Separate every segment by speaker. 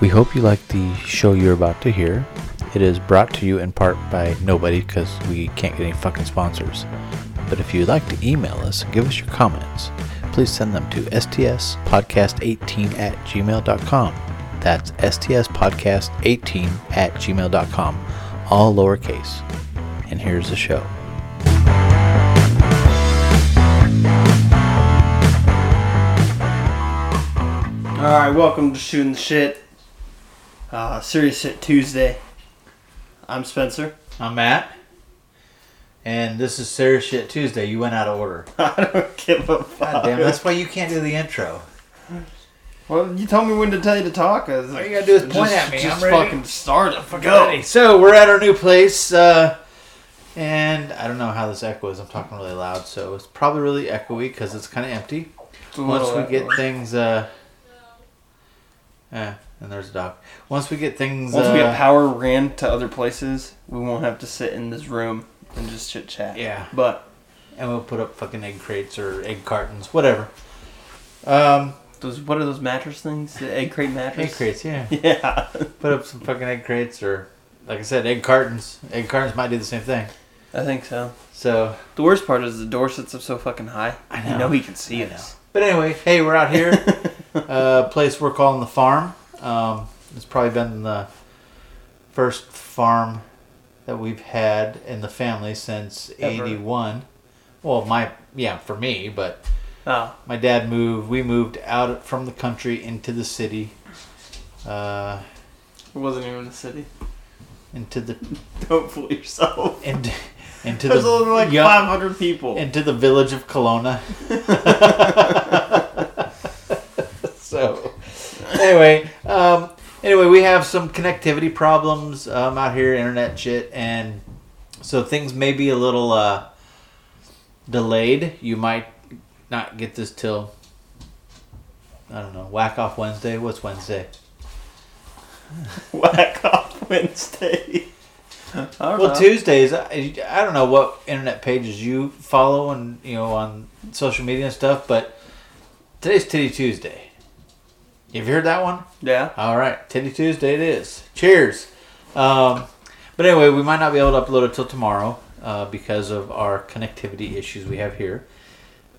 Speaker 1: We hope you like the show you're about to hear. It is brought to you in part by nobody because we can't get any fucking sponsors. But if you'd like to email us, give us your comments. Please send them to stspodcast18 at gmail.com. That's stspodcast18 at gmail.com, all lowercase. And here's the show.
Speaker 2: All right, welcome to shooting the shit. Uh, serious shit Tuesday. I'm Spencer.
Speaker 1: I'm Matt, and this is Serious Shit Tuesday. You went out of order.
Speaker 2: I don't give a fuck.
Speaker 1: God damn, that's why you can't do the intro.
Speaker 2: Well, you told me when to tell you to talk. All
Speaker 1: you gotta do is point at me.
Speaker 2: Just
Speaker 1: I'm ready.
Speaker 2: fucking start it.
Speaker 1: Alrighty, So we're at our new place, uh, and I don't know how this echo is. I'm talking really loud, so it's probably really echoey because it's kind of empty.
Speaker 2: It's a
Speaker 1: Once
Speaker 2: little
Speaker 1: we get
Speaker 2: echoey.
Speaker 1: things, uh, eh, and there's a dog. Once we get things,
Speaker 2: Once
Speaker 1: uh,
Speaker 2: we get power ran to other places, we won't have to sit in this room and just chit chat.
Speaker 1: Yeah.
Speaker 2: But
Speaker 1: and we'll put up fucking egg crates or egg cartons, whatever. Um,
Speaker 2: those what are those mattress things? The egg crate mattress.
Speaker 1: egg crates, yeah.
Speaker 2: Yeah.
Speaker 1: Put up some fucking egg crates or, like I said, egg cartons. Egg cartons might do the same thing.
Speaker 2: I think so.
Speaker 1: So,
Speaker 2: The worst part is the door sits up so fucking high.
Speaker 1: I
Speaker 2: You
Speaker 1: know.
Speaker 2: know he can see
Speaker 1: I
Speaker 2: us.
Speaker 1: but anyway, hey, we're out here. uh, place we're calling the farm. Um, it's probably been the first farm that we've had in the family since
Speaker 2: Ever.
Speaker 1: '81. Well, my yeah, for me, but
Speaker 2: Oh,
Speaker 1: my dad moved. We moved out from the country into the city, uh,
Speaker 2: it wasn't even a city.
Speaker 1: into the
Speaker 2: Don't fool yourself.
Speaker 1: into, into
Speaker 2: There's
Speaker 1: the
Speaker 2: only like
Speaker 1: yeah,
Speaker 2: 500 people.
Speaker 1: into the village of Kelowna. so, anyway, um, anyway, we have some connectivity problems um, out here, internet shit, and so things may be a little uh, delayed. You might not get this till I don't know. Whack off Wednesday. What's Wednesday?
Speaker 2: Whack off Wednesday. I don't
Speaker 1: Well,
Speaker 2: know.
Speaker 1: Tuesdays. I, I don't know what internet pages you follow and you know on social media and stuff, but today's Titty Tuesday. You ever heard that one?
Speaker 2: Yeah.
Speaker 1: All right, Titty Tuesday it is. Cheers. Um, but anyway, we might not be able to upload it till tomorrow uh, because of our connectivity issues we have here.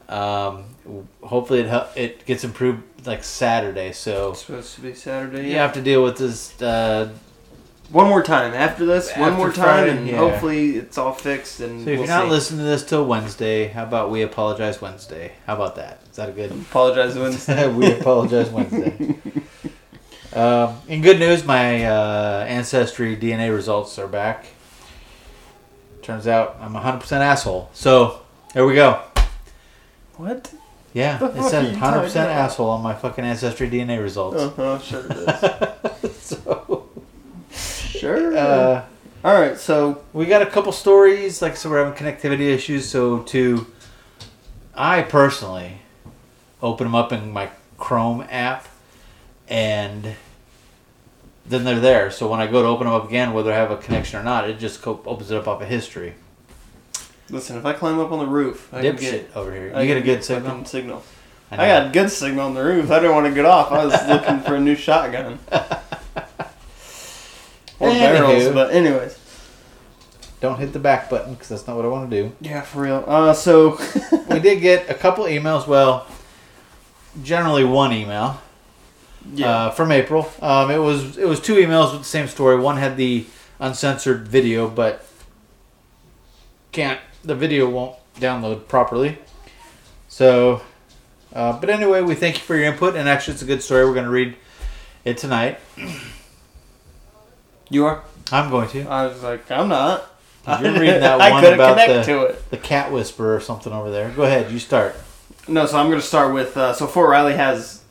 Speaker 1: Um, w- hopefully, it hel- it gets improved like Saturday. So
Speaker 2: It's supposed to be Saturday.
Speaker 1: you have to deal with this. Uh,
Speaker 2: One more time after this. one
Speaker 1: After
Speaker 2: more time,
Speaker 1: Friday,
Speaker 2: and
Speaker 1: yeah.
Speaker 2: hopefully it's all fixed. And
Speaker 1: So if
Speaker 2: we'll
Speaker 1: you're not
Speaker 2: see.
Speaker 1: listening to this till Wednesday, how about we apologize Wednesday? How about that? Is that a good?
Speaker 2: apologize Wednesday.
Speaker 1: we apologize Wednesday. um, in good news, my uh, ancestry DNA results are back. Turns out I'm a 100% asshole. So there we go.
Speaker 2: what?
Speaker 1: Yeah,
Speaker 2: The
Speaker 1: it
Speaker 2: fuck are
Speaker 1: says
Speaker 2: you
Speaker 1: 100%
Speaker 2: talking about?
Speaker 1: asshole on my fucking ancestry DNA results.
Speaker 2: Oh, oh, sure it is.
Speaker 1: so
Speaker 2: sure.
Speaker 1: uh,
Speaker 2: all right. So
Speaker 1: we got a couple stories like so we're having connectivity issues so to i personally open them up in my chrome app and then they're there so when i go to open them up again whether i have a connection or not it just co- opens it up off of history
Speaker 2: listen, if I climb up on the roof, I can get.
Speaker 1: dipshit over here you
Speaker 2: I
Speaker 1: get a
Speaker 2: can
Speaker 1: good signal
Speaker 2: fucking signal.
Speaker 1: know.
Speaker 2: I got a good signal on the roof. I didn't want to get off. I was looking for a new shotgun. Or barrels,
Speaker 1: Anywho.
Speaker 2: but anyways.
Speaker 1: don't hit the back button because that's not what i want to do
Speaker 2: Yeah, for real. Uh, so
Speaker 1: we did get a couple emails well generally one email uh, from April. Um, it was it was two emails with the same story. One had the uncensored video, but can't the video won't download properly. So, uh, but anyway, we thank you for your input, and actually, it's a good story. We're going to read it tonight.
Speaker 2: you are.
Speaker 1: I'm going to.
Speaker 2: I was like, I'm not.
Speaker 1: You're reading that
Speaker 2: I
Speaker 1: one
Speaker 2: couldn't
Speaker 1: about
Speaker 2: connect
Speaker 1: the-
Speaker 2: to it.
Speaker 1: The cat whisperer or something over there. Go ahead, you start.
Speaker 2: No, so I'm going to start with. Uh, so Fort Riley has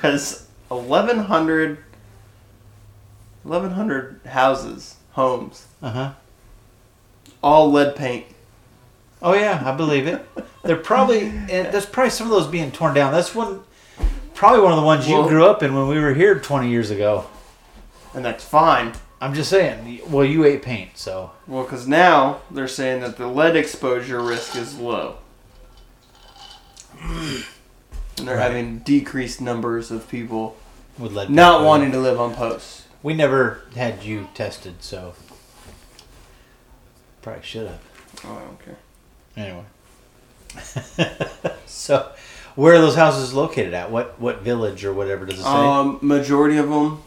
Speaker 2: has 1,100 1,100 houses, homes,
Speaker 1: Uh huh.
Speaker 2: all lead paint.
Speaker 1: Oh yeah, I believe it. They're probably and there's probably some of those being torn down. That's one, probably one of the ones you
Speaker 2: Well-
Speaker 1: grew up in when we were here 20 years ago.
Speaker 2: And that's fine.
Speaker 1: I'm just saying. Well, you ate paint, so
Speaker 2: Well, because now they're saying that the lead exposure risk is low. And they're having decreased numbers of people
Speaker 1: would let
Speaker 2: Not
Speaker 1: people-
Speaker 2: wanting to live on posts.
Speaker 1: We never had you tested, so probably should have.
Speaker 2: Oh, I don't care.
Speaker 1: Anyway, so where are those houses located at? What what village or whatever does it say?
Speaker 2: Um, majority of them.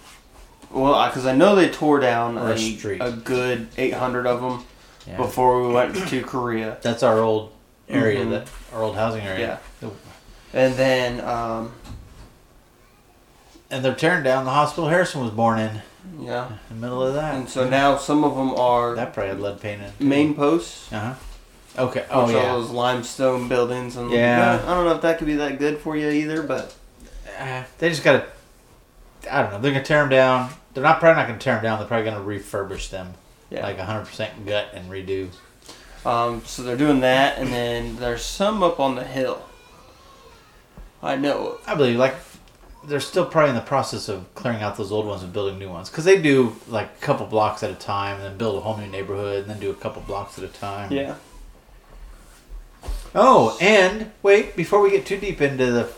Speaker 2: Well, because I know they tore down
Speaker 1: Or
Speaker 2: a,
Speaker 1: a street.
Speaker 2: a good 800 of them
Speaker 1: Yeah.
Speaker 2: before we went to Korea.
Speaker 1: That's our old area,
Speaker 2: Mhm.
Speaker 1: that our old housing area. Yeah.
Speaker 2: And then, um,
Speaker 1: And they're tearing down the hospital Harrison was born in.
Speaker 2: yeah.
Speaker 1: In the middle of that.
Speaker 2: And so now some of them are
Speaker 1: that probably had lead paint in. it, too.
Speaker 2: main posts,
Speaker 1: Uh huh. Okay.
Speaker 2: which
Speaker 1: Oh
Speaker 2: are
Speaker 1: yeah.
Speaker 2: those limestone buildings. And
Speaker 1: Yeah.
Speaker 2: I don't know if that could be that good for you either, but
Speaker 1: Uh, they just gotta. I don't know. They're gonna tear them down. They're not probably not gonna tear them down. They're probably gonna refurbish them,
Speaker 2: yeah.
Speaker 1: like 100 percent gut and redo.
Speaker 2: Um, so they're doing that, and then there's some up on the hill. I know. of.
Speaker 1: I believe like they're still probably in the process of clearing out those old ones and building new ones because they do like a couple blocks at a time and then build a whole new neighborhood and then do a couple blocks at a time.
Speaker 2: Yeah.
Speaker 1: Oh, and wait, before we get too deep into the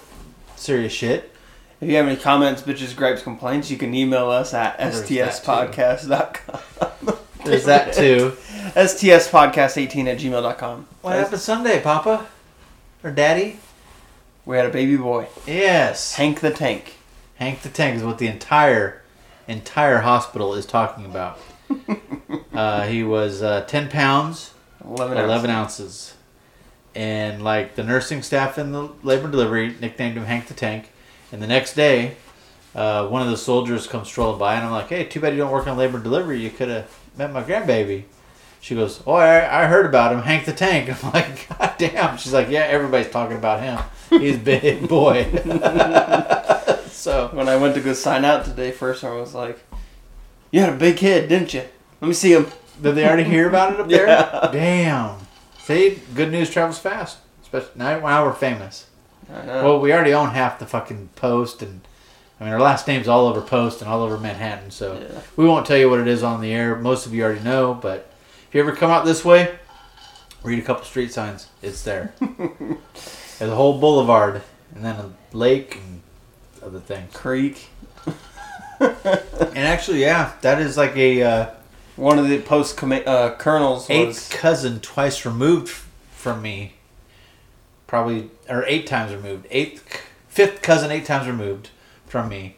Speaker 1: serious shit,
Speaker 2: If you have any comments, bitches, gripes, complaints, you can email us at
Speaker 1: There's that
Speaker 2: stspodcast.com.
Speaker 1: there's that too.
Speaker 2: stspodcast18 at gmail.com.
Speaker 1: What happened Sunday, Papa or Daddy?
Speaker 2: We had a baby boy,
Speaker 1: Yes.
Speaker 2: Hank the Tank.
Speaker 1: Hank the Tank is what the entire entire hospital is talking about. uh, he was uh, ten pounds,
Speaker 2: 11 ounces.
Speaker 1: eleven ounces, and like the nursing staff in the labor and delivery nicknamed him Hank the Tank. And the next day, uh, one of the soldiers comes strolling by, and I'm like, "Hey, too bad you don't work on labor and delivery. You could have met my grandbaby." She goes, "Oh, I, I heard about him, Hank the Tank." I'm like, "God damn!" She's like, "Yeah, everybody's talking about him. He's a big boy." so.
Speaker 2: When I went to go sign out today, first I was like, You had a big kid, didn't you? Let me see him.
Speaker 1: Did they already hear about it up there?
Speaker 2: Yeah.
Speaker 1: Damn. See, good news travels fast. Especially now, now we're famous.
Speaker 2: I know.
Speaker 1: Well, we already own half the fucking Post, and I mean our last name's all over Post and all over Manhattan. So
Speaker 2: Yeah.
Speaker 1: we won't tell you what it is on the air. Most of you already know, but if you ever come out this way, read a couple street signs. It's there. There's a whole boulevard, and then a lake and other things.
Speaker 2: Creek.
Speaker 1: And actually, yeah, that is like a. Uh,
Speaker 2: One of the post commi- uh, colonels
Speaker 1: eighth
Speaker 2: was.
Speaker 1: cousin twice removed f- from me probably or eight times removed eighth c- fifth cousin eight times removed from me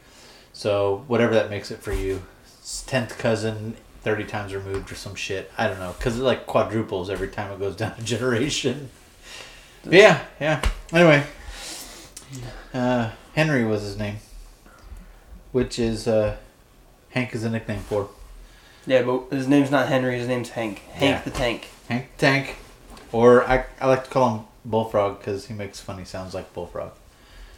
Speaker 1: so whatever that makes it for you It's 10th cousin 30 times removed or some shit i don't know because it like quadruples every time it goes down a generation But yeah yeah anyway uh, henry was his name which is uh, hank is a nickname for
Speaker 2: Yeah, but his name's not Henry, his name's Hank. Hank
Speaker 1: Yeah.
Speaker 2: the Tank.
Speaker 1: Hank the Tank, or I, I like to call him Bullfrog because he makes funny sounds like Bullfrog.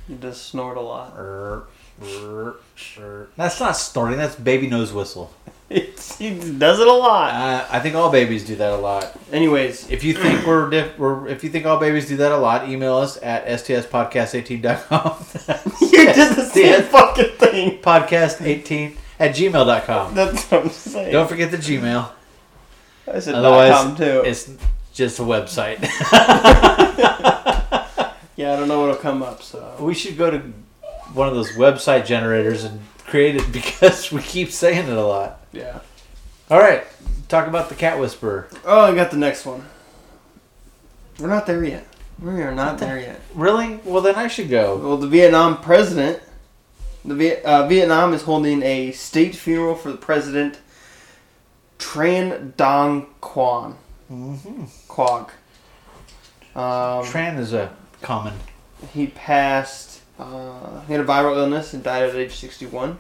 Speaker 2: He does snort a lot.
Speaker 1: Err, err, err. That's not snorting. That's baby nose whistle.
Speaker 2: It's, he does it a lot.
Speaker 1: Uh, I think all babies do that a lot.
Speaker 2: Anyways,
Speaker 1: If you think we're, diff- we're if you think all babies do that a lot, email us at stspodcast18.com.
Speaker 2: you did the same
Speaker 1: Yes.
Speaker 2: fucking thing.
Speaker 1: podcast18 at gmail.com.
Speaker 2: That's what I'm saying.
Speaker 1: Don't forget the Gmail.
Speaker 2: I said .com
Speaker 1: Otherwise,
Speaker 2: too.
Speaker 1: it's just a website.
Speaker 2: yeah, I don't know what'll come up. So
Speaker 1: We should go to one of those website generators and create it because we keep saying it a lot.
Speaker 2: yeah.
Speaker 1: All right, talk about the cat whisperer.
Speaker 2: Oh, I got the next one. We're not there yet. We are not there yet.
Speaker 1: Really? Well, then I should go.
Speaker 2: Well, the Vietnam president, the Viet, uh, Vietnam is holding a state funeral for the president Tran Dong Quan.
Speaker 1: Mm-hmm.
Speaker 2: Quag. Um,
Speaker 1: Tran is a common.
Speaker 2: He passed. Uh, he had a viral illness and died at age 61.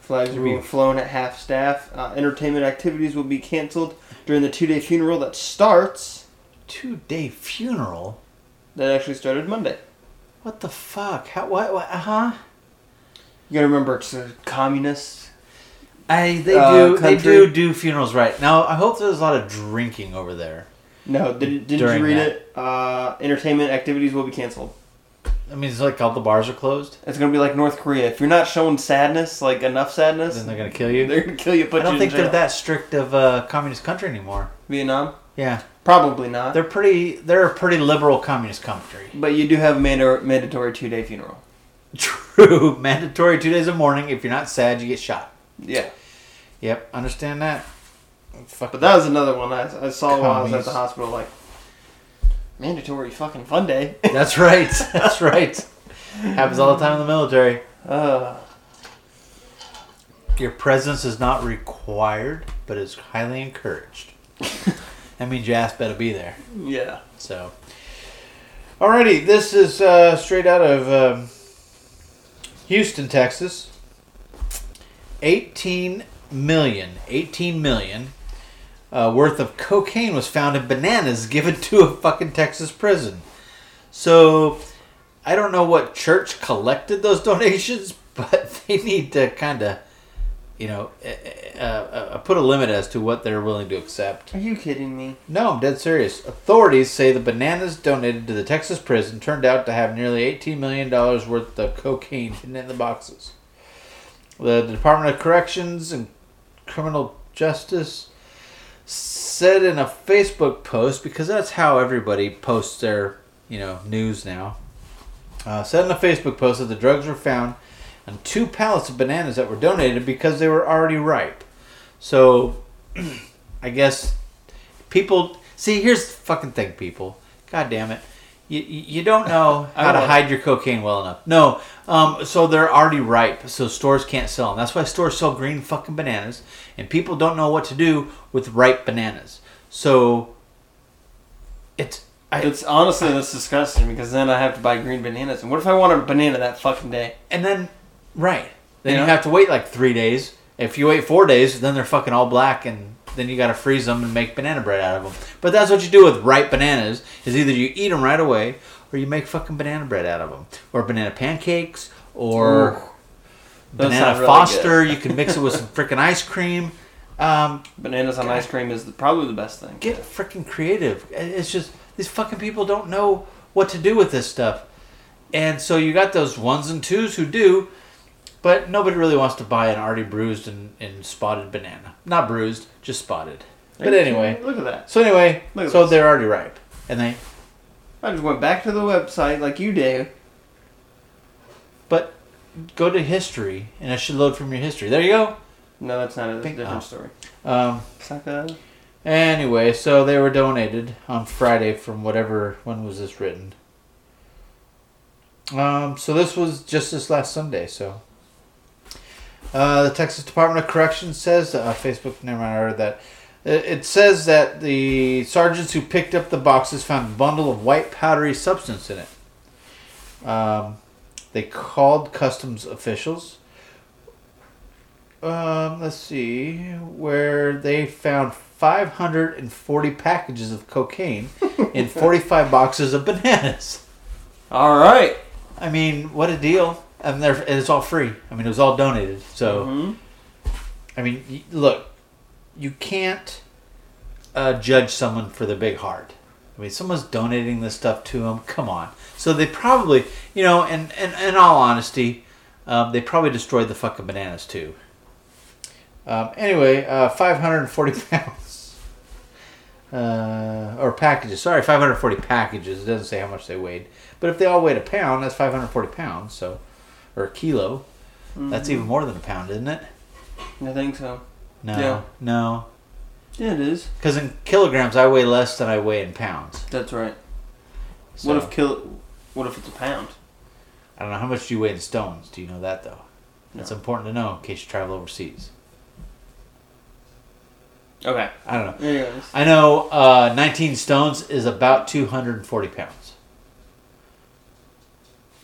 Speaker 2: Flags are being
Speaker 1: Oof.
Speaker 2: flown at half staff. Uh, entertainment activities will be canceled during the two-day funeral that starts.
Speaker 1: Two day funeral.
Speaker 2: That actually started Monday.
Speaker 1: What the fuck? How? What? what uh huh.
Speaker 2: You gotta remember, it's a communist.
Speaker 1: I they
Speaker 2: Uh,
Speaker 1: do they
Speaker 2: country.
Speaker 1: do do funerals right now. I hope there's a lot of drinking over there.
Speaker 2: No, did, didn't
Speaker 1: During
Speaker 2: you read
Speaker 1: that.
Speaker 2: it? Uh, entertainment activities will be canceled.
Speaker 1: I mean, it's like all the bars are closed.
Speaker 2: It's gonna be like North Korea. If you're not showing sadness, like enough sadness,
Speaker 1: Then they're gonna kill you.
Speaker 2: they're gonna kill you. Put
Speaker 1: I don't
Speaker 2: you
Speaker 1: think
Speaker 2: in jail.
Speaker 1: they're that strict of a communist country anymore.
Speaker 2: Vietnam,
Speaker 1: Yeah,
Speaker 2: probably not.
Speaker 1: they're pretty. They're a pretty liberal communist country.
Speaker 2: But you do have a manda- mandatory two-day funeral.
Speaker 1: True. Mandatory two days of mourning. If you're not sad, you get shot.
Speaker 2: Yeah.
Speaker 1: Yep, understand that. Fuck
Speaker 2: But that was another one I, I saw while I was at
Speaker 1: Commies.
Speaker 2: the hospital. Like mandatory fucking fun day.
Speaker 1: That's right. That's right. Happens all the time in the military.
Speaker 2: Uh,
Speaker 1: Your presence is not required, but is highly encouraged. that means your ass better be there.
Speaker 2: yeah.
Speaker 1: So, alrighty, this is uh, straight out of um, Houston, Texas. 18 million, 18 million uh, worth of cocaine was found in bananas given to a fucking Texas prison. So, I don't know what church collected those donations, but they need to kind of, you know, eh, eh, uh, uh, put a limit as to what they're willing to accept.
Speaker 2: Are you kidding me?
Speaker 1: No, I'm dead serious. Authorities say the bananas donated to the Texas prison turned out to have nearly $18 million worth of cocaine hidden in the boxes. The Department of Corrections and Criminal Justice said in a Facebook post, because that's how everybody posts their, you know, news now, uh, said in a Facebook post that the drugs were found on two pallets of bananas that were donated because they were already ripe. So, I guess people see here's the fucking thing people god damn it you, you you don't know
Speaker 2: I
Speaker 1: how to
Speaker 2: don't-
Speaker 1: hide your cocaine well enough no um, so they're already ripe so stores can't sell them that's why stores sell green fucking bananas and people don't know what to do with ripe bananas so it's I,
Speaker 2: It's honestly that's disgusting because then I have to buy green bananas. And what if I want a banana that fucking day?
Speaker 1: and then right then
Speaker 2: Yeah.
Speaker 1: you have to wait like three days if you wait four days then they're fucking all black and then you gotta freeze them and make banana bread out of them but that's what you do with ripe bananas is either you eat them right away or you make fucking banana bread out of them or banana pancakes or
Speaker 2: Ooh. Those
Speaker 1: banana
Speaker 2: sound really
Speaker 1: foster you can mix it with some freaking ice cream um,
Speaker 2: Bananas on ice cream is the, probably the best thing.
Speaker 1: get freaking creative. It's just these fucking people don't know what to do with this stuff, and so you got those ones and twos who do, but nobody really wants to buy an already bruised and, and spotted banana. Not bruised, just spotted. But anyway,
Speaker 2: look at that.
Speaker 1: so anyway,
Speaker 2: Look at
Speaker 1: so
Speaker 2: this.
Speaker 1: they're already ripe, and they
Speaker 2: I just went back to the website like you do.
Speaker 1: but go to history, and it should load from your history. There you go.
Speaker 2: No, that's not a that's a
Speaker 1: Think-
Speaker 2: different
Speaker 1: oh.
Speaker 2: story.
Speaker 1: Um,
Speaker 2: Sucker.
Speaker 1: Anyway, so they were donated on Friday from whatever. When was this written? Um, so this was just this last Sunday. So uh, the Texas Department of Corrections says uh, Facebook. Never mind, I heard that. It it says that the sergeants who picked up the boxes found a bundle of white powdery substance in it. Um, they called customs officials. Um, let's see, where they found 540 packages of cocaine in 45 boxes of bananas.
Speaker 2: All right.
Speaker 1: I mean, what a deal! And, they're, and it's all free. I mean, it was all donated. So,
Speaker 2: Mhm.
Speaker 1: I mean, y- look, you can't uh, judge someone for their big heart. I mean, someone's donating this stuff to them. Come on. So they probably, you know, and and in all honesty, um, they probably destroyed the fucking bananas too. Um, anyway, uh, 540 pounds. Uh, or packages. Sorry, 540 packages. It doesn't say how much they weighed. But if they all weighed a pound, that's 540 pounds. So, or a kilo. That's even more than a pound, isn't it?
Speaker 2: I think so.
Speaker 1: No,
Speaker 2: Yeah.
Speaker 1: no.
Speaker 2: Yeah, it is.
Speaker 1: Because in kilograms, I weigh less than I weigh in pounds.
Speaker 2: That's right.
Speaker 1: So,
Speaker 2: What if kill? What if it's a pound?
Speaker 1: I don't know how much do you weigh in stones? Do you know that though? That's
Speaker 2: No.
Speaker 1: important to know in case you travel overseas.
Speaker 2: Okay.
Speaker 1: I don't know.
Speaker 2: Anyways.
Speaker 1: I know uh, 19 stones is about 240 pounds.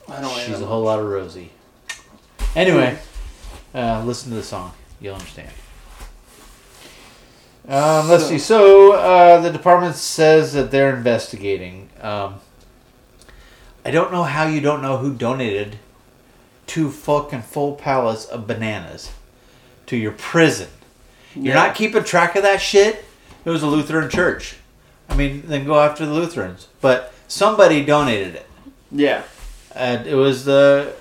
Speaker 2: I don't.
Speaker 1: She's
Speaker 2: know.
Speaker 1: a whole lot of Rosie. Anyway, uh, listen to the song. You'll understand. Um, let's
Speaker 2: So-
Speaker 1: see. So uh, the department says that they're investigating. Um, I don't know how you don't know who donated two fucking full pallets of bananas to your prison. You're
Speaker 2: Yeah.
Speaker 1: not keeping track of that shit. It was a Lutheran church. I mean, then go after the Lutherans. But somebody donated it.
Speaker 2: Yeah.
Speaker 1: And it was the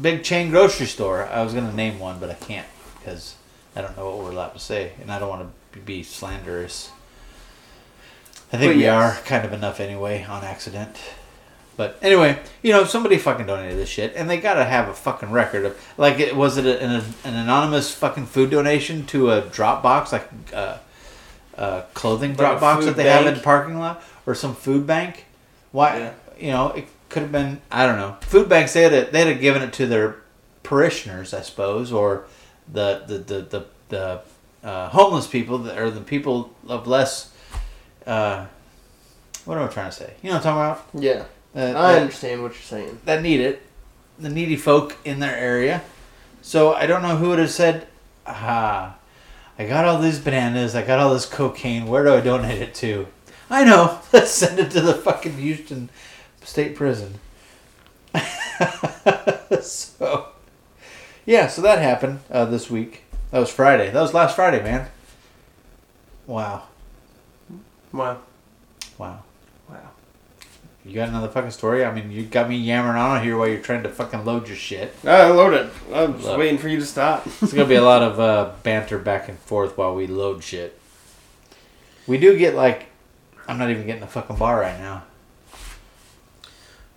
Speaker 1: big chain grocery store. I was going to name one, but I can't because I don't know what we're allowed to say, and I don't want to be slanderous. I think
Speaker 2: But
Speaker 1: we
Speaker 2: yes.
Speaker 1: are kind of enough anyway on accident. But anyway, you know, somebody fucking donated this shit, and they gotta have a fucking record of like, it was it a, an, an anonymous fucking food donation to a Dropbox, like uh, uh, clothing
Speaker 2: Like a
Speaker 1: Dropbox
Speaker 2: food
Speaker 1: that they have in
Speaker 2: bank?
Speaker 1: parking lot or some food bank? Why?
Speaker 2: Yeah.
Speaker 1: You know, it could have been I don't know. Food banks they had a, they'd have given it to their parishioners, I suppose, or the the the the, the uh, homeless people that, or the people of less. Uh, what am I trying to say? You know what I'm talking about?
Speaker 2: Yeah,
Speaker 1: That-
Speaker 2: I
Speaker 1: that-
Speaker 2: understand what you're saying.
Speaker 1: that need it, the needy folk in their area. So I don't know who would have said, "Ah, I got all these bananas, I got all this cocaine. Where do I donate it to?" I know. Let's send it to the fucking Houston State Prison. so, yeah, so that happened uh, this week. That was Friday. That was last Friday, man. Wow,
Speaker 2: Wow,
Speaker 1: wow.
Speaker 2: wow.
Speaker 1: You got another fucking story? I mean, you got me yammering on here while you're trying to fucking load your shit.
Speaker 2: I loaded. I'm just
Speaker 1: Load.
Speaker 2: waiting for you to stop.
Speaker 1: It's gonna be a lot of uh, banter back and forth while we load shit. We do get like, I'm not even getting the fucking bar right now.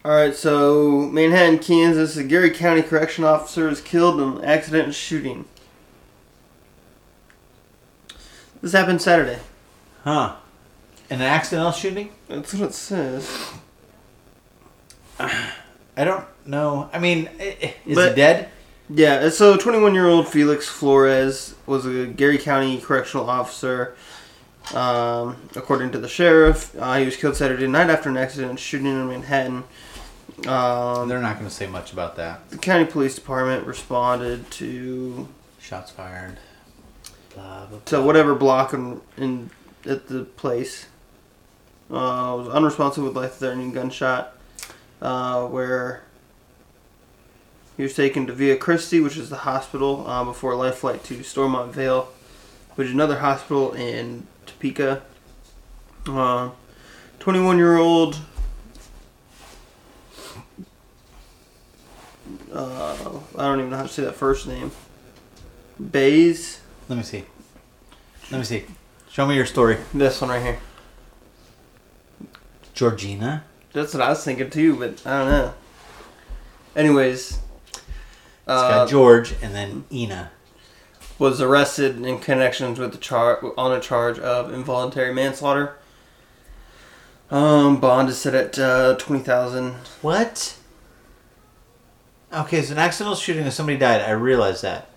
Speaker 2: All right, so Manhattan, Kansas, a Gary County correction officer is killed in an accident and shooting. This happened Saturday.
Speaker 1: Huh? An accidental shooting?
Speaker 2: That's what it says.
Speaker 1: I don't know. I mean, i- i- is
Speaker 2: But-
Speaker 1: he dead?
Speaker 2: Yeah, and so 21 year old Felix Flores was a Gary County correctional officer. Um, according to the sheriff, uh, he was killed Saturday night after an accident and shooting in Manhattan. Um,
Speaker 1: They're not gonna say much about that.
Speaker 2: the county police department responded to
Speaker 1: Shots fired. Blah blah.
Speaker 2: to whatever block and in at the place. Uh, was unresponsive with life-threatening gunshot, uh, where he was taken to Via Christi, which is the hospital, uh, before a life flight to Stormont Vale, which is another hospital in Topeka. Uh, 21-year-old. Uh, I don't even know how to say that first name. Bays.
Speaker 1: Let me see. Let me see. Show me your story,
Speaker 2: This one right here.
Speaker 1: Georgina.
Speaker 2: That's what I was thinking too, but I don't know. Anyways,
Speaker 1: It's got
Speaker 2: uh,
Speaker 1: George and then Ina.
Speaker 2: was arrested in connections with the char- on a charge of involuntary manslaughter. Um, bond is set at uh, twenty thousand.
Speaker 1: What? Okay, so an accidental shooting and somebody died. I realized that.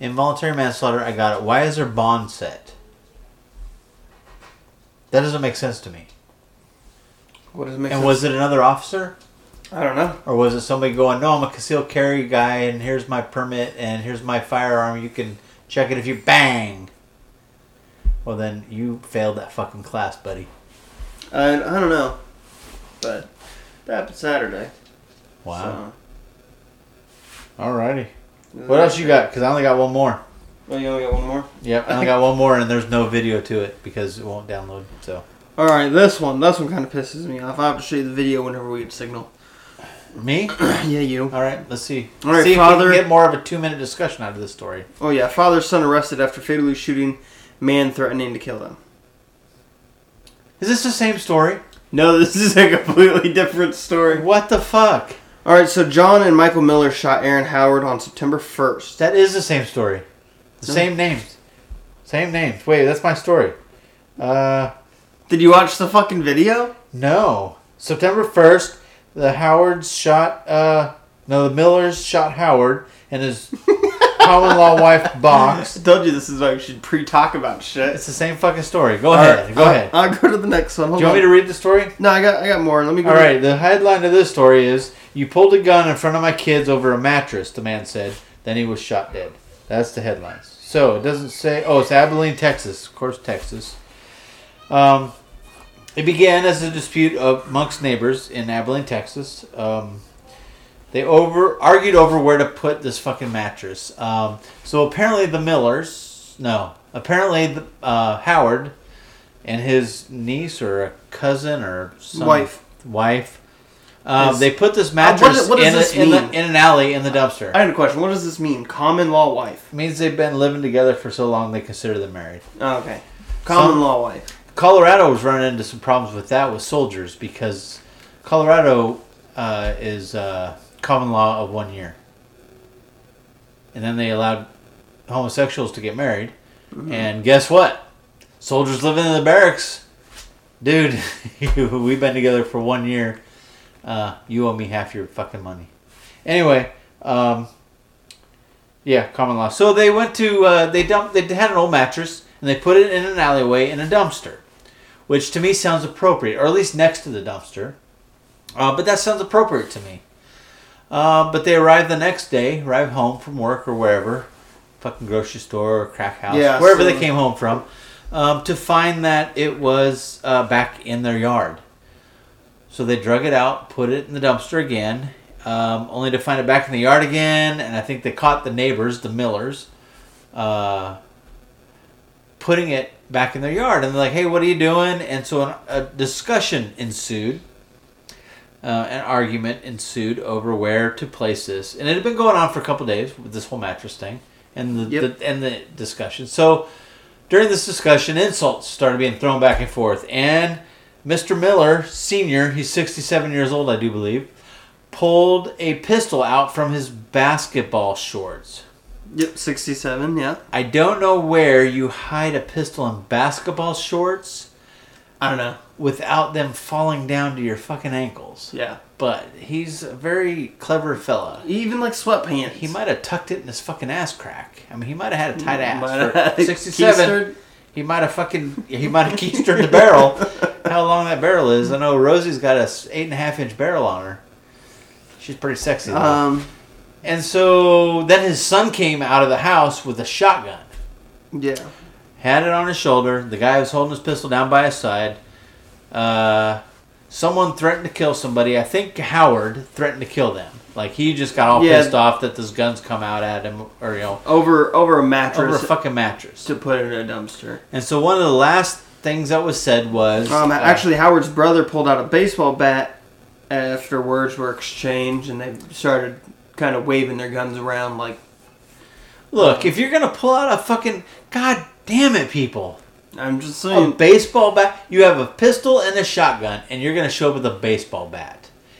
Speaker 1: Involuntary manslaughter, I got it. Why is there bond set? That doesn't make sense to me.
Speaker 2: What does it make
Speaker 1: and
Speaker 2: sense?
Speaker 1: was it another officer?
Speaker 2: I don't know.
Speaker 1: Or was it somebody going, no, I'm a concealed carry guy, and here's my permit, and here's my firearm. You can check it if you bang. Well, then you failed that fucking class, buddy.
Speaker 2: I, I don't know, but that happened Saturday. so-
Speaker 1: Wow. Alrighty.
Speaker 2: uh,
Speaker 1: What else you got? Because I only got one more.
Speaker 2: Oh, you only got one more.
Speaker 1: Yep, I only got one more, and there's no video to it because it won't download. So
Speaker 2: All right, this one. This one kind of pisses me off. I have to show you the video whenever we get signal.
Speaker 1: me,
Speaker 2: yeah, you.
Speaker 1: all right, let's see.
Speaker 2: All right,
Speaker 1: see if
Speaker 2: Father.
Speaker 1: we can get more of a two-minute discussion out of this story.
Speaker 2: Oh yeah, father son arrested after fatally shooting man threatening to kill them.
Speaker 1: Is this the same story?
Speaker 2: No, this is a completely different story.
Speaker 1: What the fuck?
Speaker 2: All right, so John and Michael Miller shot Aaron Howard on September 1st.
Speaker 1: That is the same story. The
Speaker 2: No.
Speaker 1: same names, same names. Wait, that's my story. Uh,
Speaker 2: Did you watch the fucking video?
Speaker 1: no. September first, the Howards shot. Uh, no, the Millers shot Howard and his common-law wife Box.
Speaker 2: I told you this is why we should pre-talk about shit.
Speaker 1: It's the same fucking story. Go
Speaker 2: All
Speaker 1: ahead.
Speaker 2: right, Uh,
Speaker 1: Go
Speaker 2: I'll-
Speaker 1: ahead.
Speaker 2: I'll go to the next one.
Speaker 1: Do
Speaker 2: Hold
Speaker 1: you want me
Speaker 2: on.
Speaker 1: to read the story?
Speaker 2: No, I got I got more. Let me go.
Speaker 1: All
Speaker 2: to-
Speaker 1: right, the headline of this story is You pulled a gun in front of my kids over a mattress, the man said. Then he was shot dead. That's the headlines. So it doesn't say. Oh, it's Abilene, Texas. Of course, Texas. Um, it began as a dispute amongst neighbors in Abilene, Texas. Um, they over argued over where to put this fucking mattress. Um, so apparently the Millers, no, apparently the, uh, Howard and his niece or a cousin or some
Speaker 2: Wife.
Speaker 1: wife. Um,
Speaker 2: Is-
Speaker 1: they put this
Speaker 2: does-
Speaker 1: mattress
Speaker 2: what does
Speaker 1: in, a-
Speaker 2: this
Speaker 1: in,
Speaker 2: mean?
Speaker 1: the, in an alley in the dumpster.
Speaker 2: I had a question. What does this mean? Common law wife.
Speaker 1: It means they've been living together for so long they consider them married.
Speaker 2: Oh, okay. Common
Speaker 1: Some-
Speaker 2: law wife.
Speaker 1: Colorado was running into some problems with that with soldiers because Colorado uh, is uh, common law of one year. And then they allowed homosexuals to get married. And guess what? Soldiers living in the barracks. Dude, we've been together for one year. Uh, you owe me half your fucking money. Anyway, um, yeah, common law. So they went to, uh, they dumped, they had an old mattress and they put it in an alleyway in a dumpster, which to me sounds appropriate, or at least next to the dumpster. Uh, but that sounds appropriate to me. Uh, but they arrive the next day, arrive home from work or wherever, fucking grocery store or crack house,
Speaker 2: Yeah,
Speaker 1: wherever they
Speaker 2: so-
Speaker 1: came home from, um, to find that it was uh, back in their yard. So they drug it out, put it in the dumpster again, um, only to find it back in the yard again. And I think they caught the neighbors, the Millers, uh, putting it back in their yard. And they're like, hey, what are you doing? And so an, a discussion ensued. Uh, an argument ensued over where to place this, and it had been going on for a couple days with this whole mattress thing and the,
Speaker 2: Yep.
Speaker 1: the and the discussion. So during this discussion, insults started being thrown back and forth, and Mr. Miller, senior, he's 67 years old, I do believe, pulled a pistol out from his basketball shorts.
Speaker 2: Yep, 67, yeah.
Speaker 1: I don't know where you hide a pistol in basketball shorts
Speaker 2: I don't know.
Speaker 1: without them falling down to your fucking ankles.
Speaker 2: Yeah.
Speaker 1: But he's a very clever fella.
Speaker 2: Even like sweatpants.
Speaker 1: He might have tucked it in his fucking ass crack. I mean, he might have had a tight
Speaker 2: Might
Speaker 1: ass.
Speaker 2: have
Speaker 1: For 67.
Speaker 2: keistered.
Speaker 1: He might have fucking he might have keistered the barrel. How long that barrel is? I know Rosie's got a s- eight and a half inch barrel on her. She's pretty sexy. Though.
Speaker 2: Um,
Speaker 1: and so then his son came out of the house with a shotgun,
Speaker 2: yeah.
Speaker 1: had it on his shoulder. The guy was holding his pistol down by his side. Uh, someone threatened to kill somebody. I think Howard threatened to kill them. Like he just got all
Speaker 2: Yeah.
Speaker 1: pissed off that this gun's come out at him, or you know,
Speaker 2: Over over a
Speaker 1: over a
Speaker 2: mattress
Speaker 1: fucking mattress.
Speaker 2: to put it in a dumpster.
Speaker 1: And so one of the last things that was said was
Speaker 2: Um,
Speaker 1: uh,
Speaker 2: actually, Howard's brother pulled out a baseball bat after words were exchanged, and they started kind of waving their guns around like,
Speaker 1: Look, if you're gonna pull out a fucking god damn it, people,
Speaker 2: I'm just
Speaker 1: a
Speaker 2: saying.
Speaker 1: baseball bat. You have a pistol and a shotgun, and you're gonna show up with a baseball bat.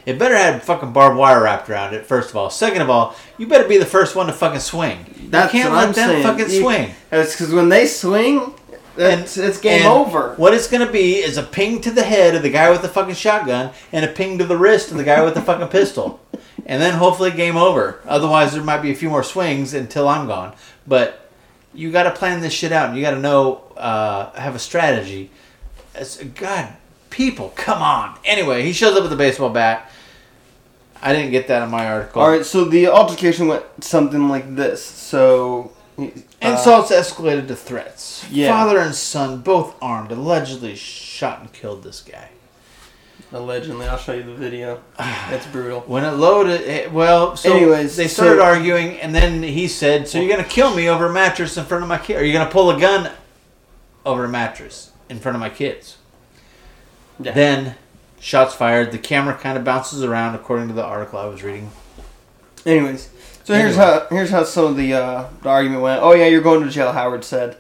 Speaker 1: It better have fucking barbed wire wrapped around it. First of all, second of all, you better be the first one to fucking swing.
Speaker 2: That's
Speaker 1: you can't
Speaker 2: what
Speaker 1: let
Speaker 2: I'm
Speaker 1: them
Speaker 2: saying.
Speaker 1: fucking
Speaker 2: You-
Speaker 1: swing.
Speaker 2: It's because when they swing, it's, it's game
Speaker 1: And
Speaker 2: over.
Speaker 1: What it's gonna be is a ping to the head of the guy with the fucking shotgun and a ping to the wrist of the guy with the fucking pistol, and then hopefully game over. Otherwise, there might be a few more swings until I'm gone. But you got to plan this shit out, and you got to know uh, have a strategy. It's, God, people, come on. Anyway, he shows up with a baseball bat. I didn't get that in my article.
Speaker 2: All right, so the altercation went something like this. So, uh,
Speaker 1: Insults escalated to threats.
Speaker 2: Yeah.
Speaker 1: Father and son, both armed, allegedly shot and killed this guy.
Speaker 2: allegedly, I'll show you the video. It's brutal.
Speaker 1: When it loaded, it, well, so
Speaker 2: Anyways,
Speaker 1: they started
Speaker 2: so-
Speaker 1: arguing, and then he said, "So you're gonna kill me over a mattress in front of my kid? Are you gonna pull a gun over a mattress in front of my kids?"
Speaker 2: Yeah.
Speaker 1: Then shots fired. The camera kind of bounces around, according to the article I was reading.
Speaker 2: Anyways, so here's
Speaker 1: Anyway.
Speaker 2: how here's how some of the uh, the argument went. Oh yeah, you're going to jail, Howard said.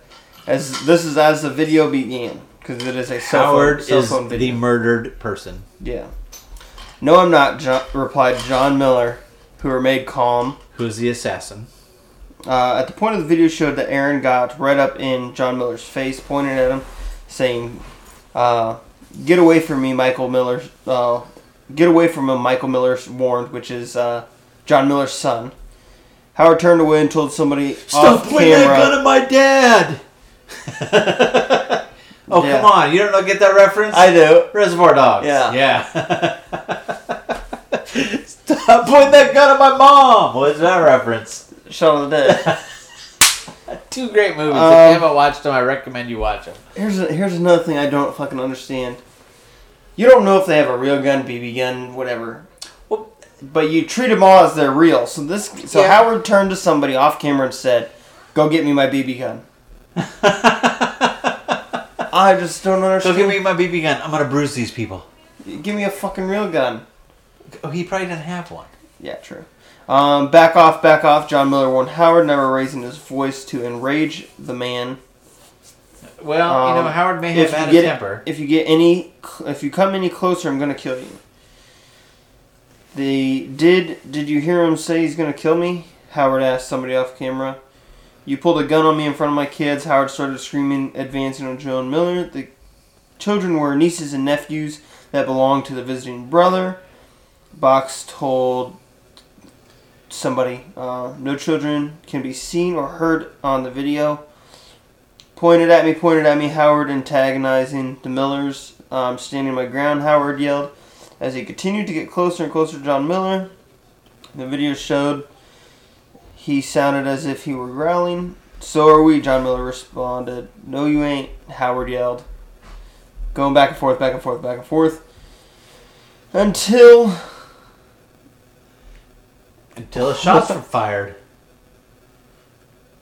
Speaker 2: As this is as the video began, because it is a cell
Speaker 1: Howard
Speaker 2: phone, cell
Speaker 1: is
Speaker 2: phone
Speaker 1: the
Speaker 2: video.
Speaker 1: murdered person.
Speaker 2: yeah. No, I'm not. Jo- replied John Miller, who remained calm.
Speaker 1: Who is the assassin?
Speaker 2: Uh, at the point of the video showed that Aaron got right up in John Miller's face, pointed at him, saying, uh, "Get away from me, Michael Miller! Uh, get away from him!" Michael Miller warned, which is uh, John Miller's son. Howard turned away and told somebody
Speaker 1: Stop
Speaker 2: off
Speaker 1: pointing that gun
Speaker 2: camera.
Speaker 1: at my dad! oh
Speaker 2: Yeah.
Speaker 1: come on! You don't know get that reference?
Speaker 2: I do.
Speaker 1: Reservoir Dogs.
Speaker 2: Yeah.
Speaker 1: Yeah. Stop putting that gun at my mom. What's that reference?
Speaker 2: Shot of the dead.
Speaker 1: Two great movies.
Speaker 2: Um,
Speaker 1: if you haven't watched them, I recommend you watch them.
Speaker 2: here's a, here's another thing I don't fucking understand. You don't know if they have a real gun, BB gun, whatever.
Speaker 1: Well-
Speaker 2: But you treat them all as they're real. So this, so
Speaker 1: Yeah.
Speaker 2: Howard turned to somebody off camera and said, "Go get me my BB gun." I just don't
Speaker 1: So
Speaker 2: understand.
Speaker 1: give me my BB gun. I'm gonna bruise these people.
Speaker 2: give me a fucking real gun.
Speaker 1: Oh, he probably didn't have one.
Speaker 2: Yeah, true. Um, back off, back off. John Miller warned Howard, never raising his voice to enrage the man.
Speaker 1: Well, you know,
Speaker 2: Um,
Speaker 1: Howard may have
Speaker 2: if
Speaker 1: had
Speaker 2: you
Speaker 1: a
Speaker 2: get
Speaker 1: temper.
Speaker 2: if you get any if you come any closer, I'm gonna kill you. The did did you hear him say he's gonna kill me? Howard asked somebody off camera. You pulled a gun on me in front of my kids. Howard started screaming, advancing on Joan Miller. The children were nieces and nephews that belonged to the visiting brother. Box told somebody, uh, no children can be seen or heard on the video. Pointed at me, pointed at me, Howard antagonizing the Millers. Um, standing my ground, Howard yelled. As he continued to get closer and closer to John Miller, the video showed he sounded as if he were growling. So are we, John Miller responded. No, you ain't, Howard yelled. Going back and forth, back and forth, back and forth. Until
Speaker 1: until the shots were fired.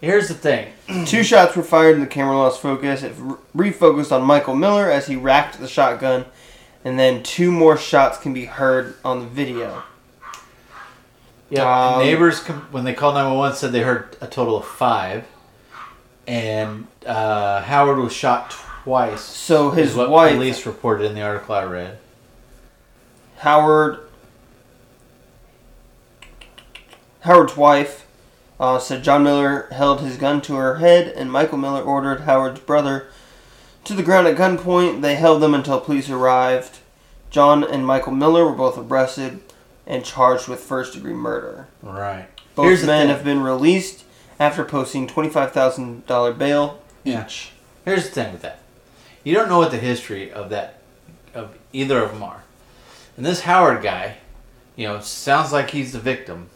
Speaker 1: Here's the thing.
Speaker 2: Two shots were fired and the camera lost focus. It re- refocused on Michael Miller as he racked the shotgun, and then two more shots can be heard on the video. Um,
Speaker 1: Yeah, neighbors com- when they called nine one one said they heard a total of five, and uh, Howard was shot twice.
Speaker 2: So his
Speaker 1: is what
Speaker 2: wife-
Speaker 1: police reported in the article I read.
Speaker 2: Howard. Howard's wife uh, said John Miller held his gun to her head, and Michael Miller ordered Howard's brother to the ground at gunpoint. They held them until police arrived. John and Michael Miller were both arrested and charged with first degree murder.
Speaker 1: Right.
Speaker 2: Both
Speaker 1: Here's the
Speaker 2: men
Speaker 1: thing.
Speaker 2: have been released after posting $25,000 bail
Speaker 1: Yeah.
Speaker 2: each.
Speaker 1: Here's the thing with that. You don't know what the history of that of either of them are. And this Howard guy, you know, sounds like he's the victim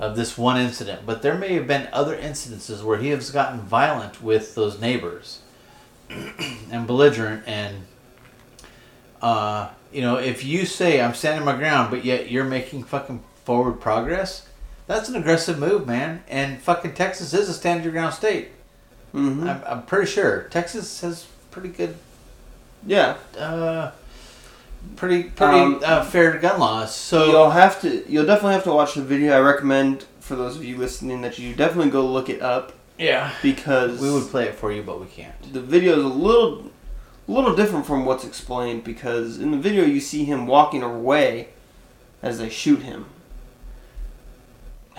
Speaker 1: of this one incident, but there may have been other incidences where he has gotten violent with those neighbors and belligerent and uh, you know, if you say I'm standing my ground but yet you're making fucking forward progress, that's an aggressive move, man. And fucking Texas is a stand your ground state.
Speaker 2: hmm
Speaker 1: I'm, I'm pretty sure Texas has pretty good,
Speaker 2: Yeah.
Speaker 1: uh, pretty pretty
Speaker 2: Um,
Speaker 1: uh, fair gun laws. So
Speaker 2: you'll have to you'll definitely have to watch the video i recommend for those of you listening that you definitely go look it up
Speaker 1: yeah,
Speaker 2: because
Speaker 1: we would play it for you, but we can't.
Speaker 2: the video is a little little different from what's explained because in the video you see him walking away as they shoot him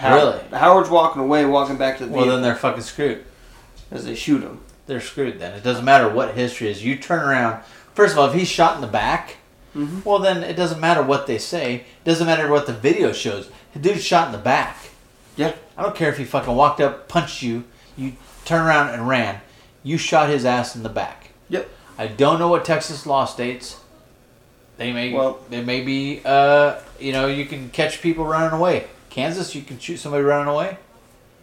Speaker 1: Really?
Speaker 2: howard's walking away walking back to the
Speaker 1: Well,
Speaker 2: vehicle
Speaker 1: then they're fucking screwed.
Speaker 2: as they shoot him
Speaker 1: They're screwed. Then it doesn't matter what history is. You turn around. First of all, if he's shot in the back,
Speaker 2: Mhm.
Speaker 1: well, then it doesn't matter what they say. It doesn't matter what the video shows. The dude's shot in the back.
Speaker 2: yeah
Speaker 1: I don't care if he fucking walked up, punched you, you turn around and ran. You shot his ass in the back.
Speaker 2: yep
Speaker 1: I don't know what Texas law states. They may
Speaker 2: Well-
Speaker 1: they may be uh, you know you can catch people running away. Kansas, you can shoot somebody running away,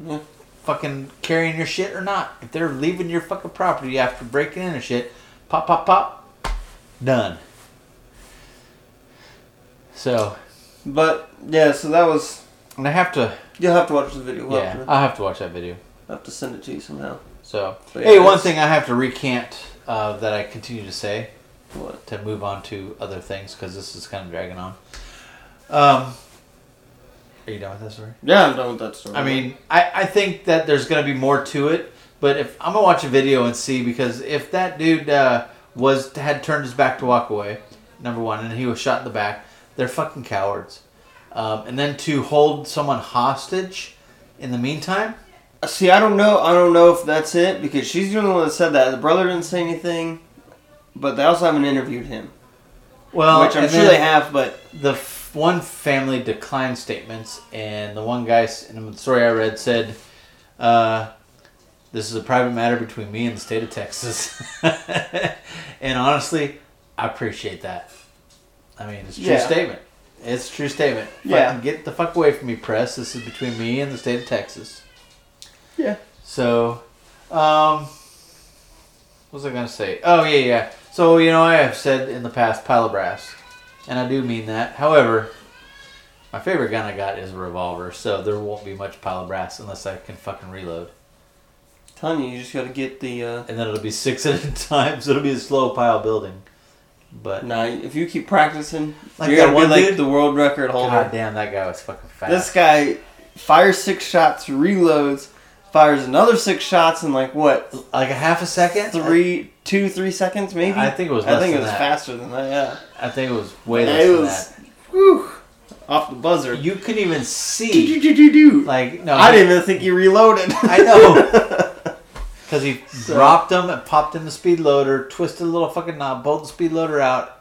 Speaker 2: yeah
Speaker 1: fucking carrying your shit or not. If they're leaving your fucking property after breaking in and shit, pop pop pop, done. So
Speaker 2: but yeah so that was
Speaker 1: and I have to
Speaker 2: you'll have to watch the video we'll uh,
Speaker 1: yeah
Speaker 2: have,
Speaker 1: I have to watch that video.
Speaker 2: to, have to send it to you somehow
Speaker 1: So
Speaker 2: But yeah,
Speaker 1: hey, one
Speaker 2: that's-
Speaker 1: thing I have to recant uh, that I continue to say
Speaker 2: what
Speaker 1: to move on to other things because this is kind of dragging on. Um, are you done with this story?
Speaker 2: yeah i'm done with that story
Speaker 1: I mean, I, I think that there's going to be more to it, but if I'm gonna watch a video and see because if that dude uh, was had turned his back to walk away, number one, and he was shot in the back, they're fucking cowards. Um, and then to hold someone hostage in the meantime,
Speaker 2: See, I don't know. I don't know if that's it because she's the only one that said that. The brother didn't say anything, but they also haven't interviewed him,
Speaker 1: well,
Speaker 2: which I'm
Speaker 1: and
Speaker 2: sure
Speaker 1: then-
Speaker 2: they have. But
Speaker 1: the f- one family declined statements, and the one guy s- in the story I read said, uh, "This is a private matter between me and the state of Texas." and honestly, I appreciate that. I mean, it's a true
Speaker 2: Yeah.
Speaker 1: statement. It's a true statement.
Speaker 2: Yeah.
Speaker 1: Fucking get the fuck away from me, press. This is between me and the state of Texas.
Speaker 2: yeah,
Speaker 1: So, um, what was I gonna say? Oh yeah, yeah. So you know, I have said in the past pile of brass, and I do mean that. However, my favorite gun I got is a revolver, so there won't be much pile of brass unless I can fucking reload,
Speaker 2: telling you, you just got to get the. Uh,
Speaker 1: and then it'll be six at a time. So it'll be a slow pile building. But
Speaker 2: nah, if you keep practicing,
Speaker 1: Like
Speaker 2: you're
Speaker 1: that
Speaker 2: gonna be
Speaker 1: one
Speaker 2: like
Speaker 1: dude?
Speaker 2: the world record
Speaker 1: god
Speaker 2: holder.
Speaker 1: damn, that guy was fucking fast.
Speaker 2: this guy fires six shots, reloads, fires another six shots in like what
Speaker 1: like a half a second.
Speaker 2: three, two, three seconds maybe.
Speaker 1: I think it was
Speaker 2: I
Speaker 1: less
Speaker 2: think it
Speaker 1: than
Speaker 2: was
Speaker 1: that.
Speaker 2: faster than that.
Speaker 1: I think it was way
Speaker 2: Yeah,
Speaker 1: less
Speaker 2: it
Speaker 1: than
Speaker 2: was-
Speaker 1: that.
Speaker 2: Yeah. Whew. off the buzzer.
Speaker 1: You couldn't even see.
Speaker 2: Do-do-do-do-do.
Speaker 1: Like no,
Speaker 2: I didn't even think you reloaded.
Speaker 1: I know. Because he dropped him and popped in the speed loader, twisted a little fucking knob, pulled the speed loader out,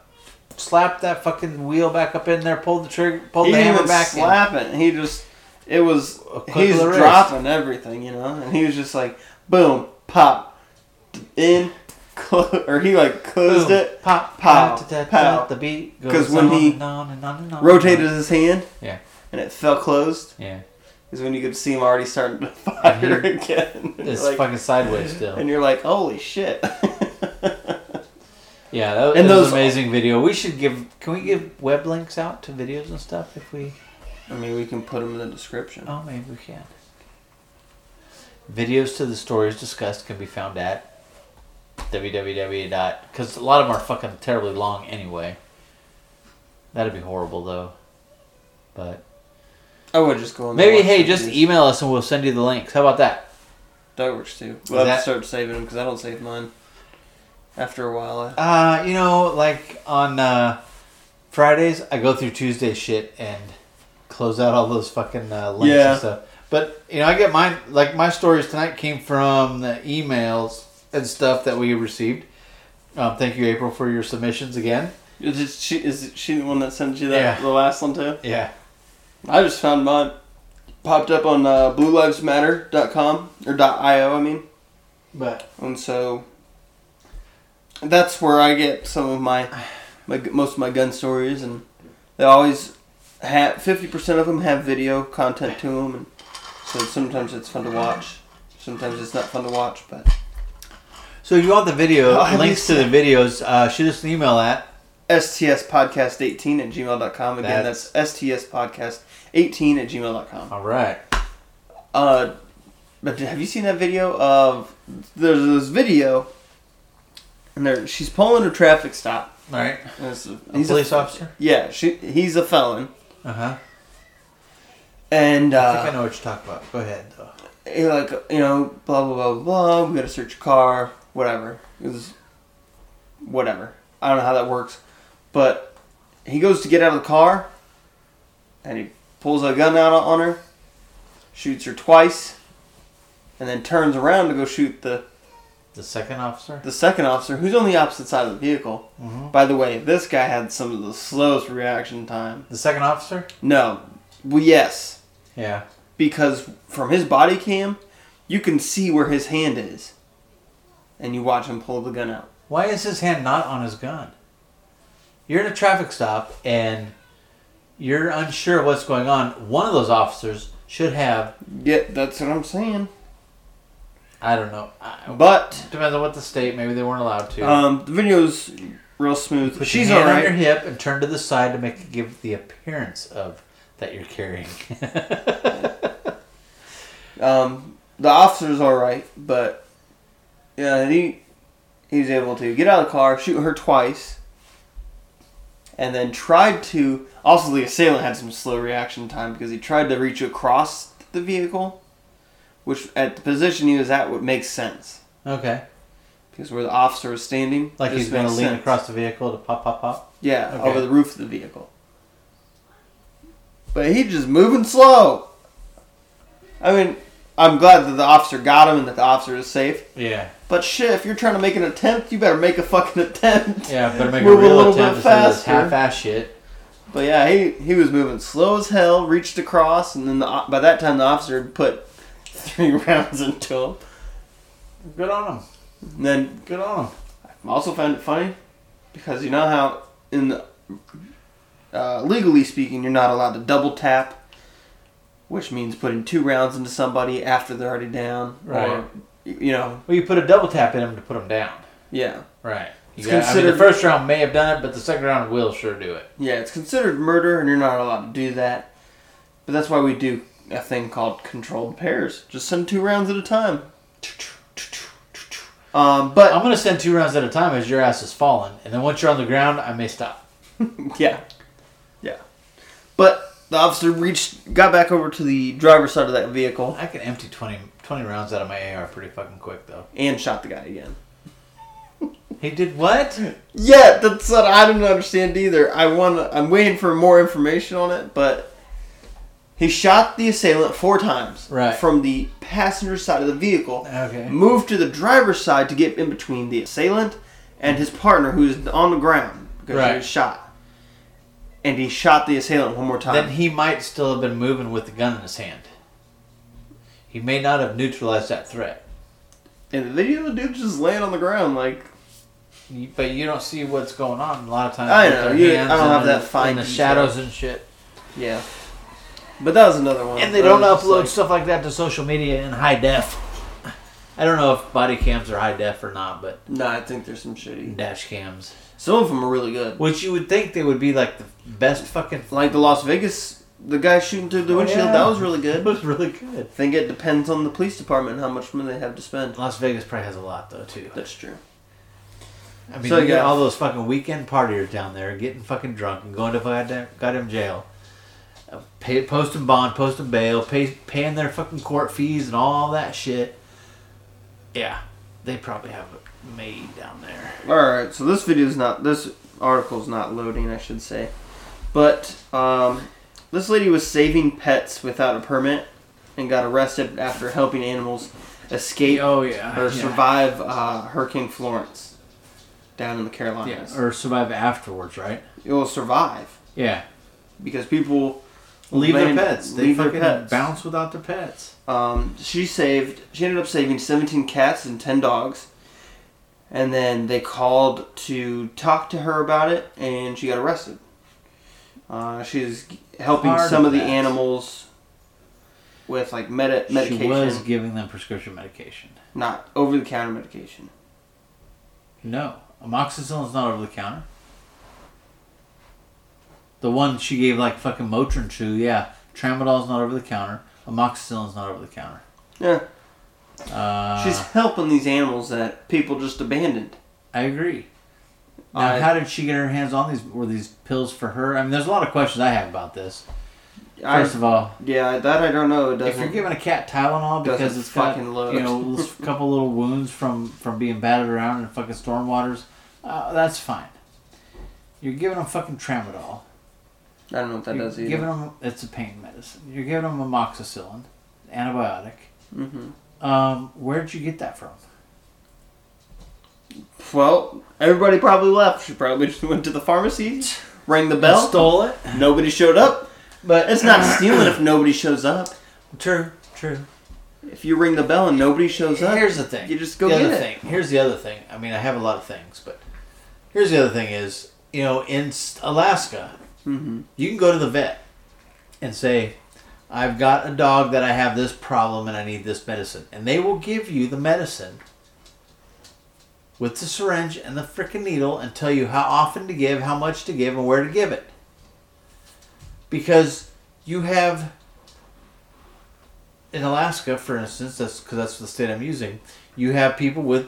Speaker 1: slapped that fucking wheel back up in there, pulled the trigger, pulled
Speaker 2: he
Speaker 1: the
Speaker 2: didn't
Speaker 1: hammer
Speaker 2: even
Speaker 1: back. in.
Speaker 2: slap it. He just it was
Speaker 1: A click
Speaker 2: he's
Speaker 1: of the wrist.
Speaker 2: dropping everything, you know, and he was just like boom, pop, in, close, or he like closed
Speaker 1: Boom.
Speaker 2: it,
Speaker 1: Pop,
Speaker 2: pow,
Speaker 1: pow, da, da,
Speaker 2: pow.
Speaker 1: da, The beat
Speaker 2: 'Cause
Speaker 1: goes
Speaker 2: when
Speaker 1: on
Speaker 2: he
Speaker 1: and on and on and on.
Speaker 2: rotated his hand,
Speaker 1: Yeah.
Speaker 2: and it fell closed.
Speaker 1: Yeah.
Speaker 2: Is when you could see him already starting to fire
Speaker 1: Mhm.
Speaker 2: again. And you're
Speaker 1: It's
Speaker 2: like-
Speaker 1: fucking sideways still.
Speaker 2: and you're like, holy shit!
Speaker 1: Yeah, that,
Speaker 2: And
Speaker 1: that was
Speaker 2: those-
Speaker 1: an amazing video. We should give. Can we give web links out to videos and stuff if we?
Speaker 2: I mean, we can put him in the description.
Speaker 1: Oh, maybe we can. Videos to the stories discussed can be found at www. dot Because a lot of them are fucking terribly long anyway. That'd be horrible though. But
Speaker 2: I would just go. in there
Speaker 1: maybe
Speaker 2: and watch
Speaker 1: hey,
Speaker 2: the
Speaker 1: just
Speaker 2: videos.
Speaker 1: email us and we'll send you the links. How about that?
Speaker 2: That works too. We'll have
Speaker 1: That-
Speaker 2: to start saving them because I don't save mine. After a while, I,
Speaker 1: Uh, you know, like on uh, Fridays, I go through Tuesday shit and close out all those fucking uh, links
Speaker 2: Yeah.
Speaker 1: and stuff. But you know, I get mine. Like my stories tonight came from the emails and stuff that we received. Um, thank you, April, for your submissions again.
Speaker 2: is it she? Is it she the one that sent you that
Speaker 1: Yeah.
Speaker 2: the last one too?
Speaker 1: Yeah,
Speaker 2: I just found mine popped up on uh, bluelivesmatter.com or .io. I mean,
Speaker 1: but
Speaker 2: and so that's where I get some of my, my most of my gun stories, and they always have fifty percent of them have video content to them, and so sometimes it's fun to watch. Sometimes it's not fun to watch, but
Speaker 1: so if you want the video
Speaker 2: Oh, I
Speaker 1: links to
Speaker 2: missed
Speaker 1: the videos? Uh, shoot us an email at
Speaker 2: stspodcast18 at gmail.com. Again, that's,
Speaker 1: That's-
Speaker 2: stspodcast18 at gmail.com.
Speaker 1: all right.
Speaker 2: Uh, but have you seen that video of. There's this video, and there, she's pulling a traffic stop.
Speaker 1: All right,
Speaker 2: And it's a-
Speaker 1: a police officer.
Speaker 2: Yeah, she, he's a felon.
Speaker 1: Uh huh.
Speaker 2: And,
Speaker 1: I think I
Speaker 2: uh,
Speaker 1: know what you're talking about. Go ahead though.
Speaker 2: he like, you know, blah, blah, blah, blah, we gotta search your car, whatever. It was. Whatever. I don't know how that works. But he goes to get out of the car, and he pulls a gun out on her, shoots her twice, and then turns around to go shoot the,
Speaker 1: The second officer.
Speaker 2: the second officer, who's on the opposite side of the vehicle.
Speaker 1: Mhm.
Speaker 2: By the way, this guy had some of the slowest reaction time.
Speaker 1: The second officer.
Speaker 2: No, well, yes,
Speaker 1: Yeah.
Speaker 2: because from his body cam, you can see where his hand is, and you watch him pull the gun out.
Speaker 1: Why is his hand not on his gun? You're in a traffic stop and you're unsure of what's going on. One of those officers should have,
Speaker 2: Yeah, that's what I'm saying.
Speaker 1: I don't know, I,
Speaker 2: But
Speaker 1: depends on what the state, maybe they weren't allowed to.
Speaker 2: um, the video's real smooth.
Speaker 1: Put
Speaker 2: She's
Speaker 1: your hand on
Speaker 2: alright.
Speaker 1: your hip and turn to the side to make it give the appearance of that you're carrying.
Speaker 2: Um, the officer's all right, but yeah, he he's able to get out of the car, shoot her twice, and then tried to. Also, the assailant had some slow reaction time because he tried to reach across the vehicle, which at the position he was at would make sense
Speaker 1: okay.
Speaker 2: because where the officer was standing,
Speaker 1: Like
Speaker 2: just
Speaker 1: he's going to
Speaker 2: makes
Speaker 1: lean
Speaker 2: sense.
Speaker 1: across the vehicle to pop, pop, pop.
Speaker 2: Yeah,
Speaker 1: Okay.
Speaker 2: over the roof of the vehicle. But he just moving slow. I mean, I'm glad that the officer got him and that the officer is safe.
Speaker 1: Yeah.
Speaker 2: But shit, if you're trying to make an attempt, you better make a fucking attempt.
Speaker 1: Yeah, better make
Speaker 2: Move a
Speaker 1: a real
Speaker 2: little
Speaker 1: attempt
Speaker 2: bit
Speaker 1: instead of this
Speaker 2: faster.
Speaker 1: half-ass shit.
Speaker 2: But yeah, he he was moving slow as hell, reached across, and then the, o- by that time the officer had put three rounds into him.
Speaker 1: Good on him.
Speaker 2: And then
Speaker 1: Good on him.
Speaker 2: I also found it funny because you know how in the, uh, legally speaking you're not allowed to double tap which means putting two rounds into somebody after they're already down
Speaker 1: Right.
Speaker 2: or you know
Speaker 1: Well, you put a double tap in him to put him down.
Speaker 2: yeah
Speaker 1: Right.
Speaker 2: It's
Speaker 1: You got, I mean,
Speaker 2: considered-
Speaker 1: the first round may have done it, but the second round will sure do it.
Speaker 2: yeah it's considered murder and you're not allowed to do that but that's why we do a thing called controlled pairs just send two rounds at a time um,
Speaker 1: I'm
Speaker 2: but
Speaker 1: going to send two rounds at a time as your ass is falling, and then once you're on the ground, I may stop.
Speaker 2: yeah yeah but the officer reached got back over to the driver's side of that vehicle
Speaker 1: I can empty 20, 20 rounds out of my AR pretty fucking quick, though.
Speaker 2: and shot the guy again.
Speaker 1: He did what?
Speaker 2: Yeah, that's what I don't understand either. I want. I'm waiting for more information on it, but he shot the assailant four times
Speaker 1: Right. Ah,
Speaker 2: from the passenger side of the vehicle.
Speaker 1: Okay.
Speaker 2: Moved to the driver's side to get in between the assailant and his partner, who is on the ground because he
Speaker 1: Right.
Speaker 2: was shot. And he shot the assailant one more time.
Speaker 1: Then he might still have been moving with the gun in his hand. He may not have neutralized that threat.
Speaker 2: and the video, the dude just laying on the ground like
Speaker 1: You- But you don't see what's going on a lot of times.
Speaker 2: I
Speaker 1: with
Speaker 2: know,
Speaker 1: their
Speaker 2: you- I
Speaker 1: hands
Speaker 2: don't
Speaker 1: and
Speaker 2: have
Speaker 1: the-
Speaker 2: that fine
Speaker 1: and the
Speaker 2: detail.
Speaker 1: shadows and shit.
Speaker 2: Yeah. But that was another one.
Speaker 1: And they
Speaker 2: Oh, that
Speaker 1: don't
Speaker 2: was just
Speaker 1: upload
Speaker 2: like-
Speaker 1: stuff like that to social media in high def. I don't know if body cams are high def or not, but
Speaker 2: nah, I think there's some shitty.
Speaker 1: dash cams.
Speaker 2: Some of them are really good.
Speaker 1: Which you would think they would be like the best fucking.
Speaker 2: Like the Las Vegas, the guy shooting through the
Speaker 1: Oh,
Speaker 2: windshield,
Speaker 1: yeah.
Speaker 2: that was really
Speaker 1: It
Speaker 2: good. I
Speaker 1: was really good.
Speaker 2: think it depends on the police department how much money they have to spend.
Speaker 1: Las Vegas probably has a lot though too.
Speaker 2: That's true.
Speaker 1: I mean,
Speaker 2: So,
Speaker 1: you
Speaker 2: yeah.
Speaker 1: got all those fucking weekend partiers down there getting fucking drunk and going to goddamn, goddamn jail. Uh, Pay, posting bond, posting bail, pay, paying their fucking court fees and all that shit. Yeah, they probably have it made down there.
Speaker 2: Alright, so this video's not, this article's not loading, I should say. But, um, this lady was saving pets without a permit and got arrested after helping animals escape
Speaker 1: Oh, yeah.
Speaker 2: or
Speaker 1: yeah.
Speaker 2: survive uh, Hurricane Florence down in the Carolinas.
Speaker 1: Yeah, or survive afterwards, right?
Speaker 2: it will survive
Speaker 1: Yeah.
Speaker 2: because people
Speaker 1: Leave
Speaker 2: land-
Speaker 1: their pets. They
Speaker 2: leave their
Speaker 1: fucking
Speaker 2: pets.
Speaker 1: bounce without their pets.
Speaker 2: Um, she saved. She ended up saving 17 cats and 10 dogs, and then they called to talk to her about it, and she got arrested. Uh, she's helping
Speaker 1: Part
Speaker 2: some
Speaker 1: of
Speaker 2: of the
Speaker 1: that.
Speaker 2: animals with like medi- medication,
Speaker 1: She was giving them prescription medication.
Speaker 2: not over-the-counter medication.
Speaker 1: No, amoxicillin's not over the counter. The one she gave like fucking Motrin to, yeah. Tramadol's not over the counter. Amoxicillin's not over the counter.
Speaker 2: Yeah,
Speaker 1: Uh,
Speaker 2: she's helping these animals that people just abandoned.
Speaker 1: I agree. Now,
Speaker 2: I-
Speaker 1: how did she get her hands on these? Were these pills for her? I mean, there's a lot of questions I have about this.
Speaker 2: I-
Speaker 1: First of all,
Speaker 2: yeah, that I don't know. It
Speaker 1: if you're
Speaker 2: doesn't.
Speaker 1: giving a cat Tylenol because
Speaker 2: doesn't
Speaker 1: it's got
Speaker 2: fucking load.
Speaker 1: you know a couple little wounds from from being batted around in fucking storm waters, uh, that's fine. You're giving them fucking tramadol.
Speaker 2: I don't know what that
Speaker 1: You're
Speaker 2: does either.
Speaker 1: giving them it's a pain medicine. You're giving them amoxicillin, antibiotic.
Speaker 2: mm-hmm.
Speaker 1: Um, where'd you get that from?
Speaker 2: Well, everybody probably left. She probably just went to the pharmacy, rang the bell,
Speaker 1: stole it.
Speaker 2: nobody showed up.
Speaker 1: But
Speaker 2: It's not stealing if nobody shows up.
Speaker 1: true. True.
Speaker 2: If you ring the bell and nobody shows up,
Speaker 1: Here's the thing.
Speaker 2: You just go
Speaker 1: the
Speaker 2: get
Speaker 1: other
Speaker 2: it.
Speaker 1: Thing. Here's the other thing. I mean, I have a lot of things, but here's the other thing: is you know, in S- Alaska,
Speaker 2: Mhm.
Speaker 1: you can go to the vet and say, "I've got a dog that I have this problem and I need this medicine," and they will give you the medicine with the syringe and the frickin' needle and tell you how often to give, how much to give, and where to give it, because you have in Alaska, for instance, that's because that's the state I'm using. You have people with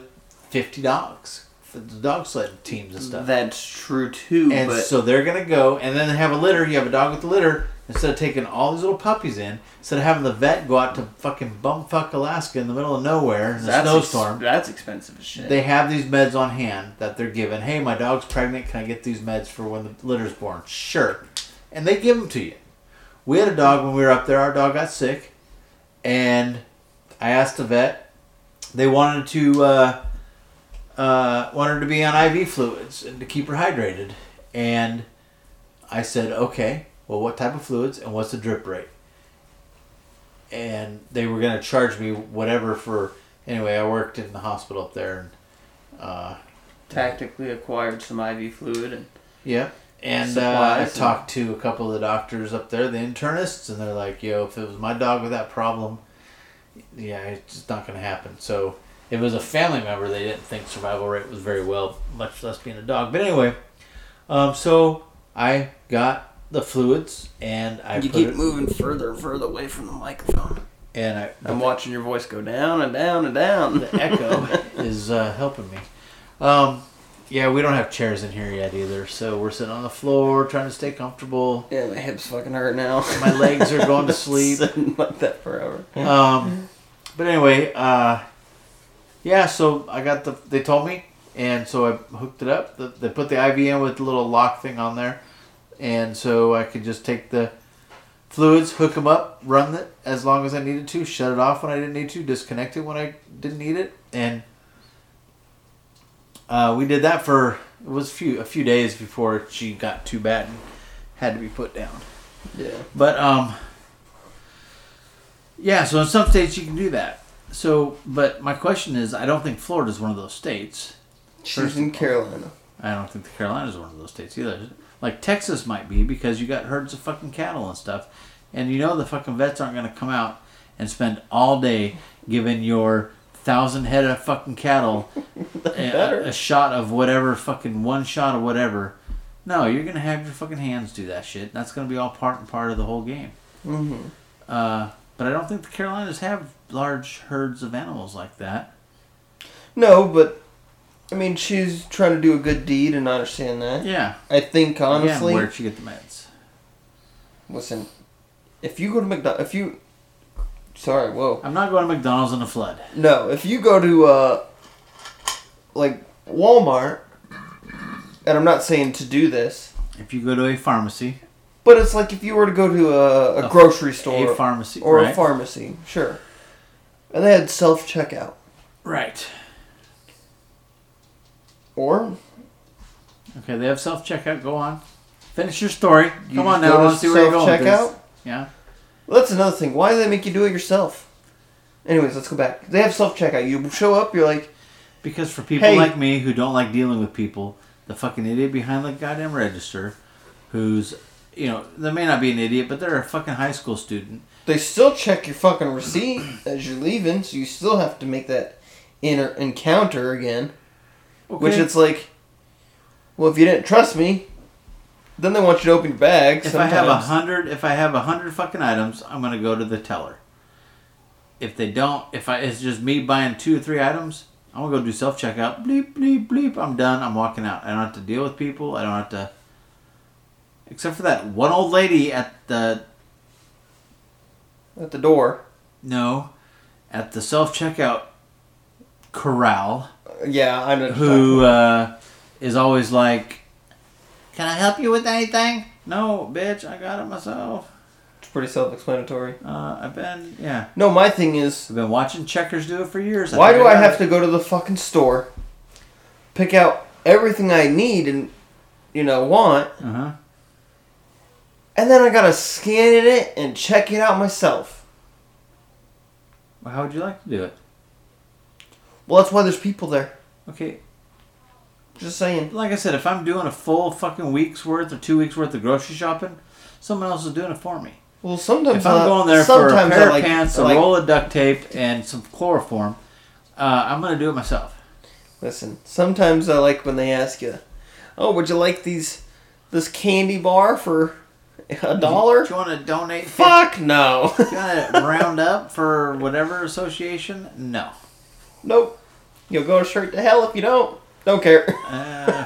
Speaker 1: fifty dogs, for the dog sled teams and stuff,
Speaker 2: that's true too.
Speaker 1: and
Speaker 2: but
Speaker 1: so they're gonna go and then they have a litter. You have a dog with a litter instead of taking all these little puppies in, instead of having the vet go out to fucking bumfuck Alaska in the middle of nowhere in a
Speaker 2: that's ex-
Speaker 1: snowstorm.
Speaker 2: that's expensive as shit.
Speaker 1: They have these meds on hand that they're given. Hey, my dog's pregnant. Can I get these meds for when the litter's born? Sure. And they give them to you. We had a dog when we were up there. Our dog got sick. And I asked the vet. They wanted to uh, uh, wanted her to be on IV fluids and to keep her hydrated. And I said, okay, well, what type of fluids and what's the drip rate? And they were going to charge me whatever for. Anyway, I worked in the hospital up there and uh,
Speaker 2: Tactically acquired some IV fluid and
Speaker 1: yeah. And uh, I
Speaker 2: Supplies and-
Speaker 1: talked to a couple of the doctors up there, the internists, and they're like, "Yo, if it was my dog with that problem, yeah, it's just not gonna happen." So if it was a family member, they didn't think survival rate was very well, much less being a dog. But anyway, um, so I got the fluids and I
Speaker 2: you
Speaker 1: put
Speaker 2: keep
Speaker 1: it-
Speaker 2: moving further and further away from the microphone.
Speaker 1: and I
Speaker 2: I'm watching your voice go down and down and down.
Speaker 1: the echo is uh, helping me. Um, yeah, we don't have chairs in here yet either, so we're sitting on the floor trying to stay comfortable.
Speaker 2: yeah, my hips fucking hurt now.
Speaker 1: My legs are going to sleep.
Speaker 2: Sitting like that forever.
Speaker 1: Um, but anyway, uh, yeah. So I got the. They told me, and so I hooked it up. The, they put the IV in with the little lock thing on there, and so I could just take the fluids, hook them up, run it as long as I needed to, shut it off when I didn't need to, disconnect it when I didn't need it, and uh, we did that for it was few a few days before she got too bad and had to be put down.
Speaker 2: Yeah.
Speaker 1: But um, yeah. So in some states you can do that. So, but my question is, I don't think Florida is one of those states.
Speaker 2: She's in Carolina.
Speaker 1: I don't think the Carolinas are one of those states either. Like Texas might be because you got herds of fucking cattle and stuff, and you know the fucking vets aren't going to come out and spend all day giving your thousand head of fucking cattle
Speaker 2: better.
Speaker 1: a, a shot of whatever fucking one shot of whatever. No, you're going to have your fucking hands do that shit. That's going to be all part and part of the whole game.
Speaker 2: Mm-hmm.
Speaker 1: Uh, but I don't think the Carolinas have large herds of animals like that.
Speaker 2: No, but I mean, she's trying to do a good deed, and I understand that.
Speaker 1: Yeah,
Speaker 2: I think honestly,
Speaker 1: Again, where'd she get the meds?
Speaker 2: listen, if you go to McDonald, if you, sorry, whoa,
Speaker 1: I'm not going to McDonald's in a flood.
Speaker 2: no, if you go to uh, like Walmart, and I'm not saying to do this,
Speaker 1: If you go to a pharmacy,
Speaker 2: but it's like if you were to go to a, a
Speaker 1: A-
Speaker 2: grocery store
Speaker 1: a pharmacy,
Speaker 2: or
Speaker 1: right?
Speaker 2: a pharmacy, sure, and they had self checkout,
Speaker 1: right?
Speaker 2: or
Speaker 1: Okay, they have self checkout. Go on, finish your story.
Speaker 2: you
Speaker 1: Come
Speaker 2: just
Speaker 1: on now,
Speaker 2: go
Speaker 1: I
Speaker 2: to
Speaker 1: want to see where you're going. with this.
Speaker 2: self-checkout?
Speaker 1: Yeah,
Speaker 2: Well, that's another thing. Why do they make you do it yourself? Anyways, let's go back. They have self checkout. You show up, you're like,
Speaker 1: because for people
Speaker 2: Hey.
Speaker 1: like me who don't like dealing with people, the fucking idiot behind the goddamn register, who's you know they may not be an idiot, but they're a fucking high school student.
Speaker 2: they still check your fucking receipt as you're leaving, so you still have to make that inner encounter again.
Speaker 1: Okay.
Speaker 2: Which it's like, well, if you didn't trust me, then they want you to open your bag.
Speaker 1: if
Speaker 2: sometimes.
Speaker 1: I have a hundred, if I have a hundred fucking items, I'm gonna go to the teller. If they don't, if I it's just me buying two or three items, I'm gonna go do self checkout. Bleep bleep bleep. I'm done. I'm walking out. I don't have to deal with people. I don't have to. Except for that one old lady at the
Speaker 2: at the door.
Speaker 1: no, at the self checkout corral
Speaker 2: Yeah, I know. what you're
Speaker 1: who uh, is always like, "Can I help you with anything?" No, bitch. I got it myself.
Speaker 2: It's pretty self explanatory.
Speaker 1: Uh, I've been yeah.
Speaker 2: No, my thing is,
Speaker 1: I've been watching checkers do it for years.
Speaker 2: why do I have to go to the fucking store, pick out everything I need and, you know, want,
Speaker 1: Uh huh.
Speaker 2: And then I gotta scan it and check it out myself.
Speaker 1: Well, how would you like to do it?
Speaker 2: Well, that's why there's people there.
Speaker 1: Okay,
Speaker 2: Just saying.
Speaker 1: like I said, if I'm doing a full fucking week's worth or two weeks worth of grocery shopping, someone else is doing it for me.
Speaker 2: Well, sometimes
Speaker 1: If I'm
Speaker 2: I-
Speaker 1: going there for a
Speaker 2: uh, sometimes
Speaker 1: pair
Speaker 2: I like,
Speaker 1: of pants,
Speaker 2: I
Speaker 1: a
Speaker 2: like-
Speaker 1: roll of duct tape, and some chloroform, uh, I'm gonna do it myself.
Speaker 2: Listen, sometimes I like when they ask you, "Oh, would you like these this candy bar for a dollar?"
Speaker 1: Do you want to donate? fif-
Speaker 2: Fuck no.
Speaker 1: Do you want to round up for whatever association? No.
Speaker 2: nope. You'll go straight to hell if you don't. Don't care.
Speaker 1: Uh,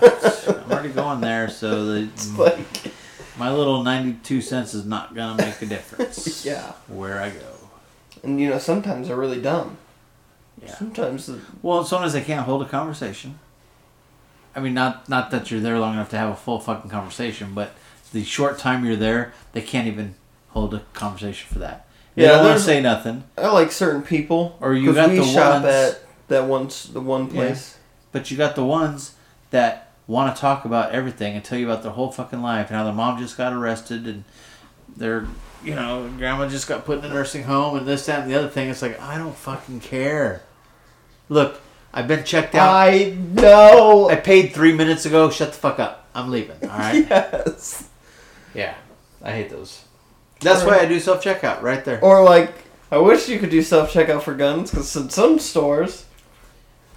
Speaker 1: I'm already going there, so
Speaker 2: It's
Speaker 1: the,
Speaker 2: like,
Speaker 1: my little 92 cents is not gonna make a difference.
Speaker 2: yeah.
Speaker 1: Where I go.
Speaker 2: And you know, sometimes they're really dumb.
Speaker 1: Yeah.
Speaker 2: Sometimes the,
Speaker 1: Well, as long as they can't hold a conversation. I mean, not not that you're there long enough to have a full fucking conversation, but the short time you're there, they can't even hold a conversation for that. They
Speaker 2: Yeah,
Speaker 1: don't want
Speaker 2: there's-
Speaker 1: to say nothing,
Speaker 2: I like certain people.
Speaker 1: Or you
Speaker 2: 'cause
Speaker 1: got
Speaker 2: we
Speaker 1: the
Speaker 2: shop
Speaker 1: ones-
Speaker 2: at that one s- the one
Speaker 1: Yeah.
Speaker 2: place.
Speaker 1: but you got the ones that want to talk about everything and tell you about their whole fucking life and how their mom just got arrested and their you know grandma just got put in a nursing home and this that and the other thing. It's like I don't fucking care. Look, I've been checked out.
Speaker 2: I know.
Speaker 1: I paid three minutes ago. Shut the fuck up. I'm leaving. All right.
Speaker 2: Yes.
Speaker 1: Yeah, I hate those. That's why I do self checkout right there.
Speaker 2: Or like, I wish you could do self checkout for guns because in some stores,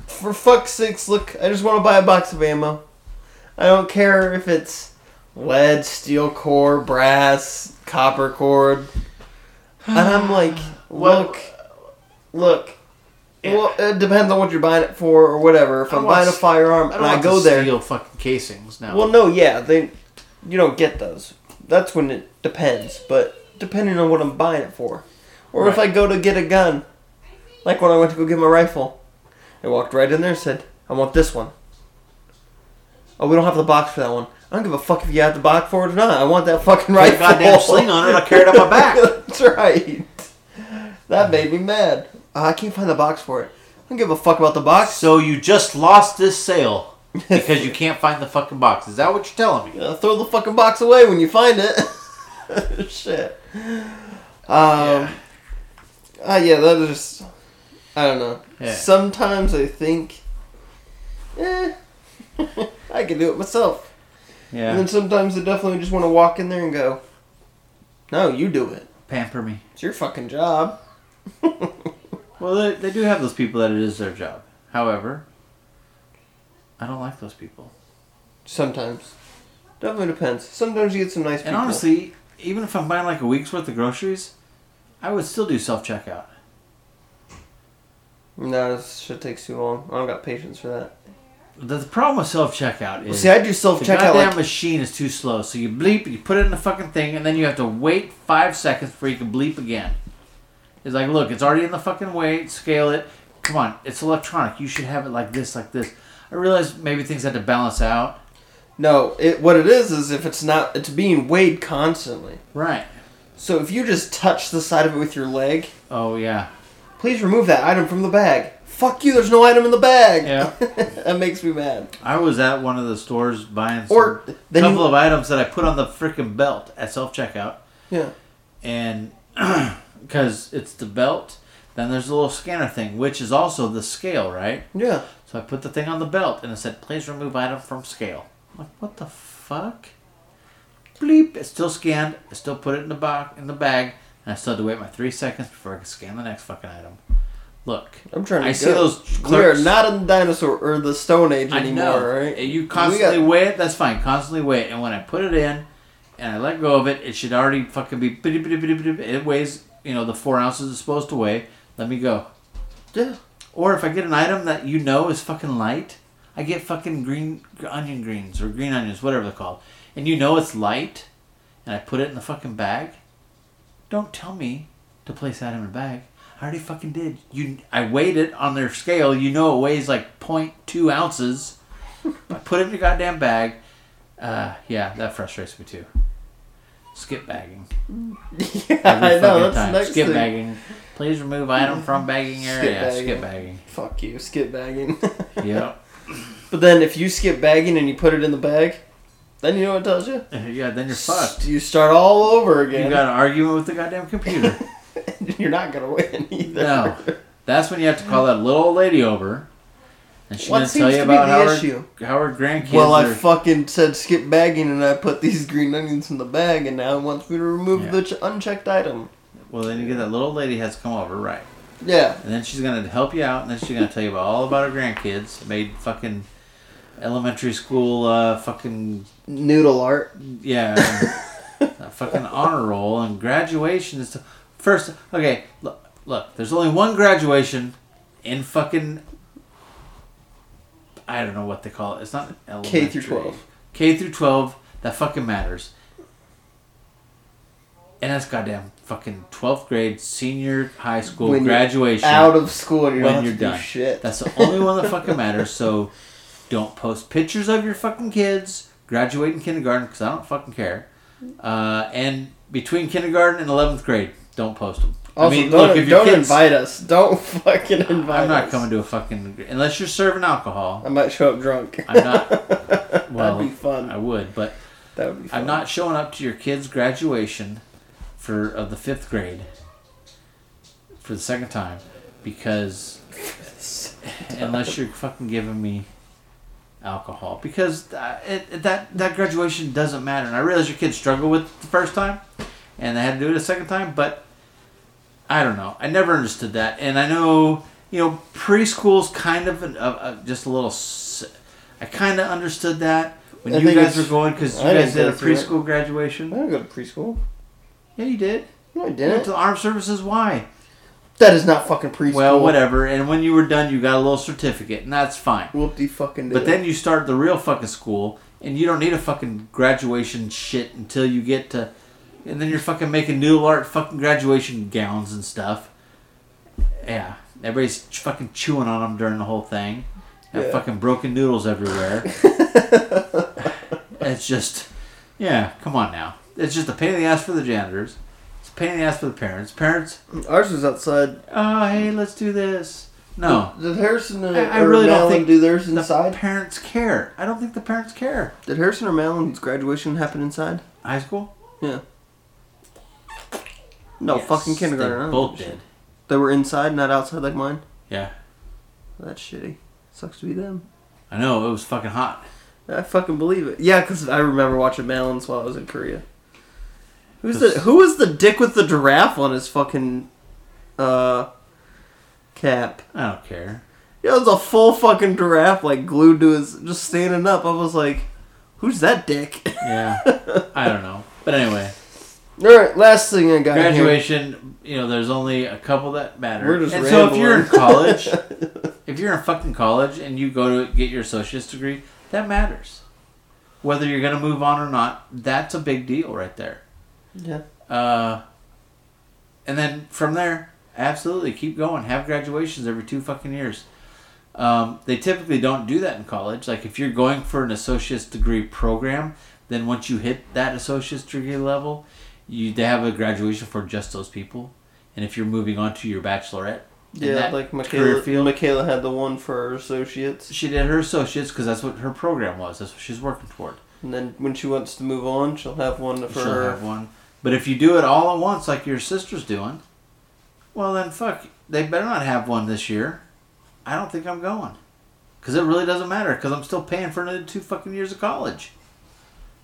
Speaker 2: for fuck's sakes, look, I just want to buy a box of ammo. I don't care if it's lead, steel core, brass, copper cord. And I'm like,
Speaker 1: Well-
Speaker 2: look, look.
Speaker 1: Yeah.
Speaker 2: Well, it depends on what you're buying it for or whatever. If
Speaker 1: I
Speaker 2: I'm
Speaker 1: want
Speaker 2: buying a
Speaker 1: s-
Speaker 2: firearm and I
Speaker 1: want
Speaker 2: go
Speaker 1: to
Speaker 2: there,
Speaker 1: Steal fucking casings now.
Speaker 2: Well, no, yeah, they, you don't get those. That's when it depends, but depending on what I'm buying it for, or if I
Speaker 1: Right.
Speaker 2: go to get a gun, like when I went to go get my rifle, I walked right in there and said, "I want this one." Oh, we don't have the box for that one. I don't give a fuck if you have the box for it or not. I want that fucking
Speaker 1: Put a
Speaker 2: rifle.
Speaker 1: goddamn sling on it. I carry it on my back.
Speaker 2: That's right. That made me mad. Uh, I can't find the box for it. I don't give a fuck about the box.
Speaker 1: So you just lost this sale because you can't find the fucking box. Is that what you're telling me?
Speaker 2: Uh, throw the fucking box away when you find it. Shit.
Speaker 1: Uh,
Speaker 2: Um, yeah. yeah, that is just. I don't know.
Speaker 1: Yeah.
Speaker 2: Sometimes I think, eh, I can do it myself. And
Speaker 1: Yeah.
Speaker 2: then sometimes I definitely just want to walk in there and go, no, you do it.
Speaker 1: Pamper me.
Speaker 2: It's your fucking job.
Speaker 1: Well, they, they do have those people that it is their job. However, I don't like those people.
Speaker 2: Sometimes. Definitely depends. Sometimes you get some nice
Speaker 1: And
Speaker 2: people.
Speaker 1: honestly, even if I'm buying like a week's worth of groceries, I would still do self checkout.
Speaker 2: No, this shit takes too long. I don't got patience for that.
Speaker 1: The, the problem with self checkout
Speaker 2: Well,
Speaker 1: is
Speaker 2: see, I do self
Speaker 1: the goddamn
Speaker 2: checkout like
Speaker 1: machine is too slow. So you bleep, you put it in the fucking thing, and then you have to wait five seconds before you can bleep again. It's like, look, it's already in the fucking way. Scale it. Come on, it's electronic. You should have it like this, like this. I realize maybe things had to balance out.
Speaker 2: No, it what it is is if it's not it's being weighed constantly.
Speaker 1: Right.
Speaker 2: So if you just touch the side of it with your leg,
Speaker 1: Oh yeah.
Speaker 2: please remove that item from the bag. Fuck you, there's no item in the bag.
Speaker 1: Yeah.
Speaker 2: that makes me mad.
Speaker 1: I was at one of the stores buying some
Speaker 2: Or
Speaker 1: a
Speaker 2: then
Speaker 1: couple
Speaker 2: you,
Speaker 1: of items that I put on the freaking belt at self checkout.
Speaker 2: yeah.
Speaker 1: and because it's the belt then there's a little scanner thing which is also the scale right
Speaker 2: Yeah.
Speaker 1: so i put the thing on the belt and it said please remove item from scale I'm like what the fuck bleep it's still scanned i still put it in the box in the bag and i still had to wait my three seconds before i could scan the next fucking item look
Speaker 2: I'm trying to
Speaker 1: i
Speaker 2: go.
Speaker 1: see those
Speaker 2: We are
Speaker 1: clerks
Speaker 2: not in the dinosaur or the stone age
Speaker 1: I
Speaker 2: anymore,
Speaker 1: know.
Speaker 2: right?
Speaker 1: You
Speaker 2: We
Speaker 1: constantly
Speaker 2: got-
Speaker 1: wait. That's fine. Constantly wait. And when I put it in, and I let go of it, it should already fucking be. bitty, bitty, bitty, bitty, bitty. It weighs, you know, the four ounces it's supposed to weigh. Let me go.
Speaker 2: Yeah.
Speaker 1: Or if I get an item that you know is fucking light, I get fucking green onion greens or green onions, whatever they're called, and you know it's light, and I put it in the fucking bag. Don't tell me to place that in a bag. I already fucking did. You, I weighed it on their scale. You know it weighs like 0.2 ounces. I put it in your goddamn bag. Uh, yeah, that frustrates me too. Skip bagging.
Speaker 2: yeah
Speaker 1: Every
Speaker 2: I know.
Speaker 1: fucking
Speaker 2: That's
Speaker 1: time.
Speaker 2: the next
Speaker 1: Skip
Speaker 2: thing.
Speaker 1: bagging. Please remove item from bagging
Speaker 2: Skip
Speaker 1: area.
Speaker 2: bagging.
Speaker 1: Skip bagging.
Speaker 2: Fuck you, skip bagging.
Speaker 1: Yep.
Speaker 2: but then if you skip bagging and you put it in the bag, then you know what it tells you.
Speaker 1: yeah, then you're fucked.
Speaker 2: You start all over again.
Speaker 1: You got an argument with the goddamn computer.
Speaker 2: are not gonna win either.
Speaker 1: no. That's when you have to call that little old lady over. And she's
Speaker 2: What
Speaker 1: going to
Speaker 2: seems
Speaker 1: tell you
Speaker 2: to be
Speaker 1: about
Speaker 2: the
Speaker 1: how her,
Speaker 2: issue?
Speaker 1: how her grandkids
Speaker 2: Well, I
Speaker 1: are-
Speaker 2: fucking said skip bagging, and I put these green onions in the bag, and now it wants me to remove
Speaker 1: Yeah.
Speaker 2: the ch- unchecked item.
Speaker 1: well, then you get that little old lady has come over, right.
Speaker 2: Yeah,
Speaker 1: And then she's going to help you out, and then she's going to tell you about all about her grandkids. Made fucking elementary school uh, fucking
Speaker 2: noodle art.
Speaker 1: Yeah. a fucking honor roll and graduation is the first. Okay, look, look. There's only one graduation in fucking. I don't know what they call it. It's not elementary.
Speaker 2: through 12.
Speaker 1: K through twelve. That fucking matters. And that's goddamn fucking twelfth grade senior high school
Speaker 2: When you're
Speaker 1: graduation.
Speaker 2: Out of school, and you
Speaker 1: When
Speaker 2: don't have
Speaker 1: you're
Speaker 2: to do
Speaker 1: done.
Speaker 2: shit.
Speaker 1: That's the only one that fucking matters. So don't post pictures of your fucking kids graduating kindergarten because I don't fucking care. Uh, and between kindergarten and eleventh grade, don't post them.
Speaker 2: also,
Speaker 1: I mean,
Speaker 2: don't,
Speaker 1: look if your
Speaker 2: don't
Speaker 1: kids.
Speaker 2: invite us. Don't fucking invite.
Speaker 1: I'm not
Speaker 2: us.
Speaker 1: coming to a fucking unless you're serving alcohol.
Speaker 2: I might show up drunk.
Speaker 1: I'm not. Well,
Speaker 2: That'd be fun.
Speaker 1: I would, but
Speaker 2: that would be. Fun.
Speaker 1: I'm not showing up to your kid's graduation for of the fifth grade for the second time because unless you're fucking giving me alcohol because uh, it, it- that that graduation doesn't matter and I realize your kids struggle with it the first time and they had to do it a second time but I don't know I never understood that and I know you know preschool's kind of an, uh, uh, just a little s- I kind of understood that when
Speaker 2: I
Speaker 1: you
Speaker 2: think
Speaker 1: guys were
Speaker 2: it's-
Speaker 1: going because you
Speaker 2: I
Speaker 1: guys did a
Speaker 2: didn't go through it.
Speaker 1: preschool
Speaker 2: I
Speaker 1: graduation
Speaker 2: don't go to preschool.
Speaker 1: yeah you did
Speaker 2: No, I
Speaker 1: you went
Speaker 2: didn't.
Speaker 1: to the armed services why
Speaker 2: That is not fucking preschool.
Speaker 1: well whatever and when you were done you got a little certificate and that's fine
Speaker 2: Whoop de fucking.
Speaker 1: But then you start the real fucking school, and you don't need a fucking graduation shit until you get to, and then you're fucking making noodle art fucking graduation gowns and stuff. Yeah, everybody's ch- fucking chewing on them during the whole thing. have
Speaker 2: Yeah.
Speaker 1: fucking broken noodles everywhere. it's just, yeah, come on now. It's just a pain in the ass for the janitors. It's a pain in the ass for the parents. Parents,
Speaker 2: Ours was outside.
Speaker 1: oh hey, let's do this. No,
Speaker 2: Did Harrison and
Speaker 1: I- I
Speaker 2: or
Speaker 1: really don't
Speaker 2: Malin
Speaker 1: think
Speaker 2: do theirs
Speaker 1: the
Speaker 2: inside?
Speaker 1: parents care. I don't think the parents care.
Speaker 2: Did Harrison or Malin's graduation happen inside?
Speaker 1: High school?
Speaker 2: Yeah. No,
Speaker 1: Yes,
Speaker 2: Oh, fucking kindergarten. I don't
Speaker 1: They both
Speaker 2: give a shit.
Speaker 1: did.
Speaker 2: They were inside, not outside like mine.
Speaker 1: Yeah,
Speaker 2: That's shitty. Sucks to be them.
Speaker 1: I know. It was fucking hot.
Speaker 2: I fucking believe it. Yeah, because I remember watching Malin's while I was in Korea. Who's
Speaker 1: This-
Speaker 2: the Who was the dick with the giraffe on his fucking uh cap?
Speaker 1: I don't care.
Speaker 2: Yeah, it was a full fucking giraffe, like glued to his, just standing up. I was like, "Who's that dick?"
Speaker 1: Yeah, I don't know. But anyway,
Speaker 2: All right, last thing I got. Graduation.
Speaker 1: graduation. You know, there's only a couple that matter.
Speaker 2: We're just
Speaker 1: and so if you're in
Speaker 2: rambling.
Speaker 1: college, if you're in fucking college and you go to get your associate's degree, that matters. Whether you're gonna move on or not, that's a big deal right there.
Speaker 2: Yeah.
Speaker 1: Uh, and then from there, absolutely keep going. Have graduations every two fucking years. Um, they typically don't do that in college. Like if you're going for an associate's degree program, then once you hit that associate's degree level, you they have a graduation for just those people. And if you're moving on to your bachelorette, in
Speaker 2: Yeah,
Speaker 1: that
Speaker 2: like
Speaker 1: career
Speaker 2: Michaela.
Speaker 1: field,
Speaker 2: Michaela had the one for her associates,
Speaker 1: she did her associates because that's what her program was. That's what she's working toward.
Speaker 2: and then when she wants to move on, she'll have one for
Speaker 1: She'll
Speaker 2: her.
Speaker 1: have one. But if you do it all at once, like your sister's doing, well then fuck. They better not have one this year. I don't think I'm going, because it really doesn't matter. Because I'm still paying for another two fucking years of college.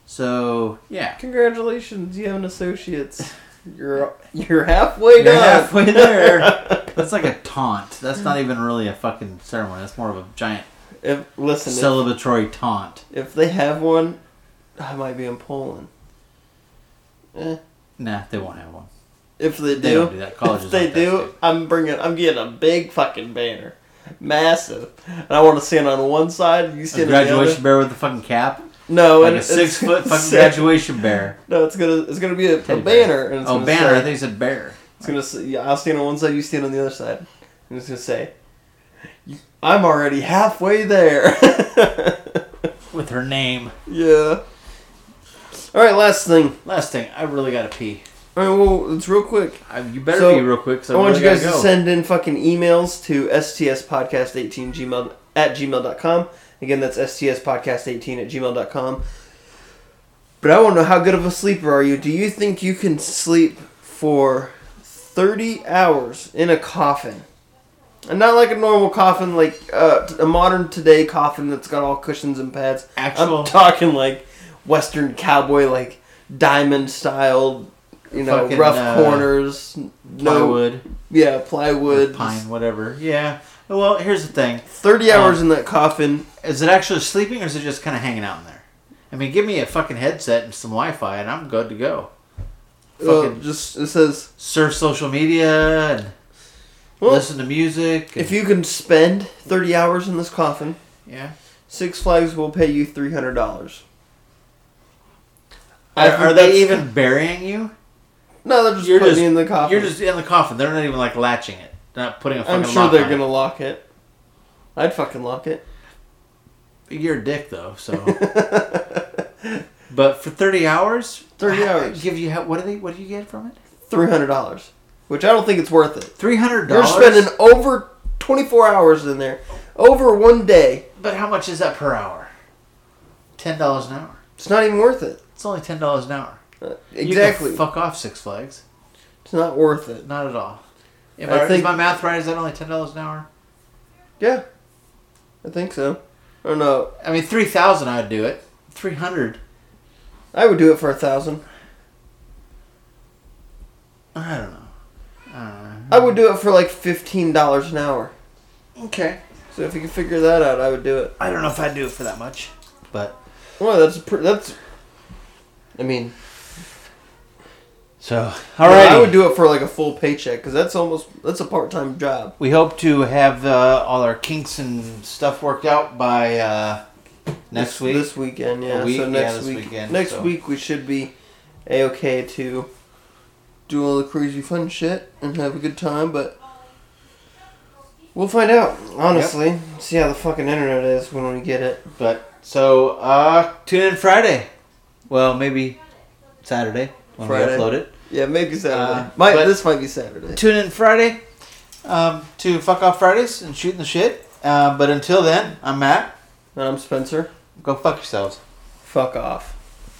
Speaker 1: So yeah,
Speaker 2: Congratulations, you have an associates. You're you're halfway
Speaker 1: you're
Speaker 2: done.
Speaker 1: halfway there. That's like a taunt. That's not even really a fucking ceremony. That's more of a giant
Speaker 2: If listen, if-
Speaker 1: celebratory taunt.
Speaker 2: if, they have one, I might be in Poland. Eh,
Speaker 1: Nah, they won't have one.
Speaker 2: if they do,
Speaker 1: They don't do that. Colleges
Speaker 2: if they
Speaker 1: aren't that
Speaker 2: do,
Speaker 1: stupid.
Speaker 2: I'm bringing. I'm getting a big fucking banner, massive, and I want to stand on one side. and You
Speaker 1: A
Speaker 2: stand on the
Speaker 1: graduation
Speaker 2: other.
Speaker 1: bear with a fucking cap,
Speaker 2: No, Oh,
Speaker 1: like
Speaker 2: and
Speaker 1: a six foot fucking
Speaker 2: it's-
Speaker 1: graduation bear.
Speaker 2: No, it's gonna it's gonna be a, a
Speaker 1: Teddy
Speaker 2: banner. And it's
Speaker 1: Oh,
Speaker 2: gonna
Speaker 1: banner.
Speaker 2: say-
Speaker 1: I think it's a bear.
Speaker 2: It's gonna say, yeah, I'll stand on one side, you stand on the other side. And it's gonna say, I'm already halfway there.
Speaker 1: with her name.
Speaker 2: yeah. All right, last thing.
Speaker 1: Last thing, I really gotta pee.
Speaker 2: All right, well, it's real quick.
Speaker 1: I, you better
Speaker 2: So,
Speaker 1: pee real quick. 'cause
Speaker 2: I want
Speaker 1: really
Speaker 2: you guys to
Speaker 1: gotta go.
Speaker 2: send in fucking emails to stspodcast18 gmail at gmail.com. Again, that's stspodcast18 at gmail.com. But I want to know how good of a sleeper are you? Do you think you can sleep for 30 hours in a coffin? And not like a normal coffin, like uh, a modern today coffin that's got all cushions and pads.
Speaker 1: Actual-
Speaker 2: I'm talking like Western cowboy, like diamond styled, you know,
Speaker 1: Fucking,
Speaker 2: rough
Speaker 1: uh,
Speaker 2: corners, no,
Speaker 1: plywood,
Speaker 2: yeah, plywood,
Speaker 1: pine, whatever. Yeah. Well, here's the thing:
Speaker 2: thirty
Speaker 1: Um,
Speaker 2: hours in that coffin.
Speaker 1: is it actually sleeping, or is it just kind of hanging out in there? I mean, give me a fucking headset and some Wi-Fi, and I'm good to go.
Speaker 2: Uh,
Speaker 1: fucking-
Speaker 2: just it says,
Speaker 1: Surf social media and
Speaker 2: well,
Speaker 1: listen to music. and-
Speaker 2: if you can spend thirty hours in this coffin,
Speaker 1: yeah,
Speaker 2: Six Flags will pay you three hundred dollars.
Speaker 1: are, are they even burying you?
Speaker 2: No, they're just
Speaker 1: You're
Speaker 2: putting
Speaker 1: just-
Speaker 2: me in the coffin.
Speaker 1: You're just in the coffin. They're not even like latching it. They're not putting a fucking.
Speaker 2: I'm sure
Speaker 1: lock
Speaker 2: they're
Speaker 1: on
Speaker 2: gonna lock it. I'd fucking lock it.
Speaker 1: It. You're a dick though, so. but for thirty hours.
Speaker 2: 30
Speaker 1: I- I
Speaker 2: hours.
Speaker 1: Give you how- what do they? What do you get from it?
Speaker 2: three hundred dollars, which I don't think it's worth it.
Speaker 1: Three hundred
Speaker 2: You're
Speaker 1: dollars.
Speaker 2: spending over twenty four hours in there, over one day.
Speaker 1: but how much is that per hour? Ten dollars an hour.
Speaker 2: It's not even worth it.
Speaker 1: It's only ten dollars an hour.
Speaker 2: Uh,
Speaker 1: You can
Speaker 2: Exactly,
Speaker 1: fuck off, Six Flags.
Speaker 2: it's not worth it.
Speaker 1: Not at all. If
Speaker 2: I
Speaker 1: I,
Speaker 2: think-
Speaker 1: is my math right? Is that only ten dollars an hour?
Speaker 2: Yeah, I think so. Or no,
Speaker 1: I mean, three thousand, I'd do it. Three hundred.
Speaker 2: I would do it for a thousand.
Speaker 1: I don't know. Uh, I don't
Speaker 2: I would do it for like fifteen dollars an hour.
Speaker 1: know. Okay.
Speaker 2: So if you could figure that out, I would do it.
Speaker 1: I don't know if I'd do it for that much, but
Speaker 2: Well, that's pr- that's. I mean,
Speaker 1: so all
Speaker 2: all
Speaker 1: right.
Speaker 2: right. I would do it for like a full paycheck because that's almost that's a part time job.
Speaker 1: we hope to have uh, all our kinks and stuff worked out by uh, next
Speaker 2: this,
Speaker 1: week.
Speaker 2: This weekend, yeah.
Speaker 1: A week?
Speaker 2: So
Speaker 1: Yeah,
Speaker 2: next
Speaker 1: this
Speaker 2: week,
Speaker 1: weekend,
Speaker 2: next
Speaker 1: so.
Speaker 2: week we should be a okay to do all the crazy fun shit and have a good time. But We'll find out, honestly. See how the fucking internet is when we get it.
Speaker 1: But so uh, tune in Friday. Well, maybe Saturday when
Speaker 2: Friday.
Speaker 1: we upload it.
Speaker 2: Yeah, maybe Saturday.
Speaker 1: Uh, Might- but-
Speaker 2: this might be Saturday.
Speaker 1: Tune in Friday um, to fuck off Fridays and shooting the shit. Uh, but until then, I'm Matt.
Speaker 2: And I'm Spencer.
Speaker 1: Go fuck yourselves.
Speaker 2: Fuck off.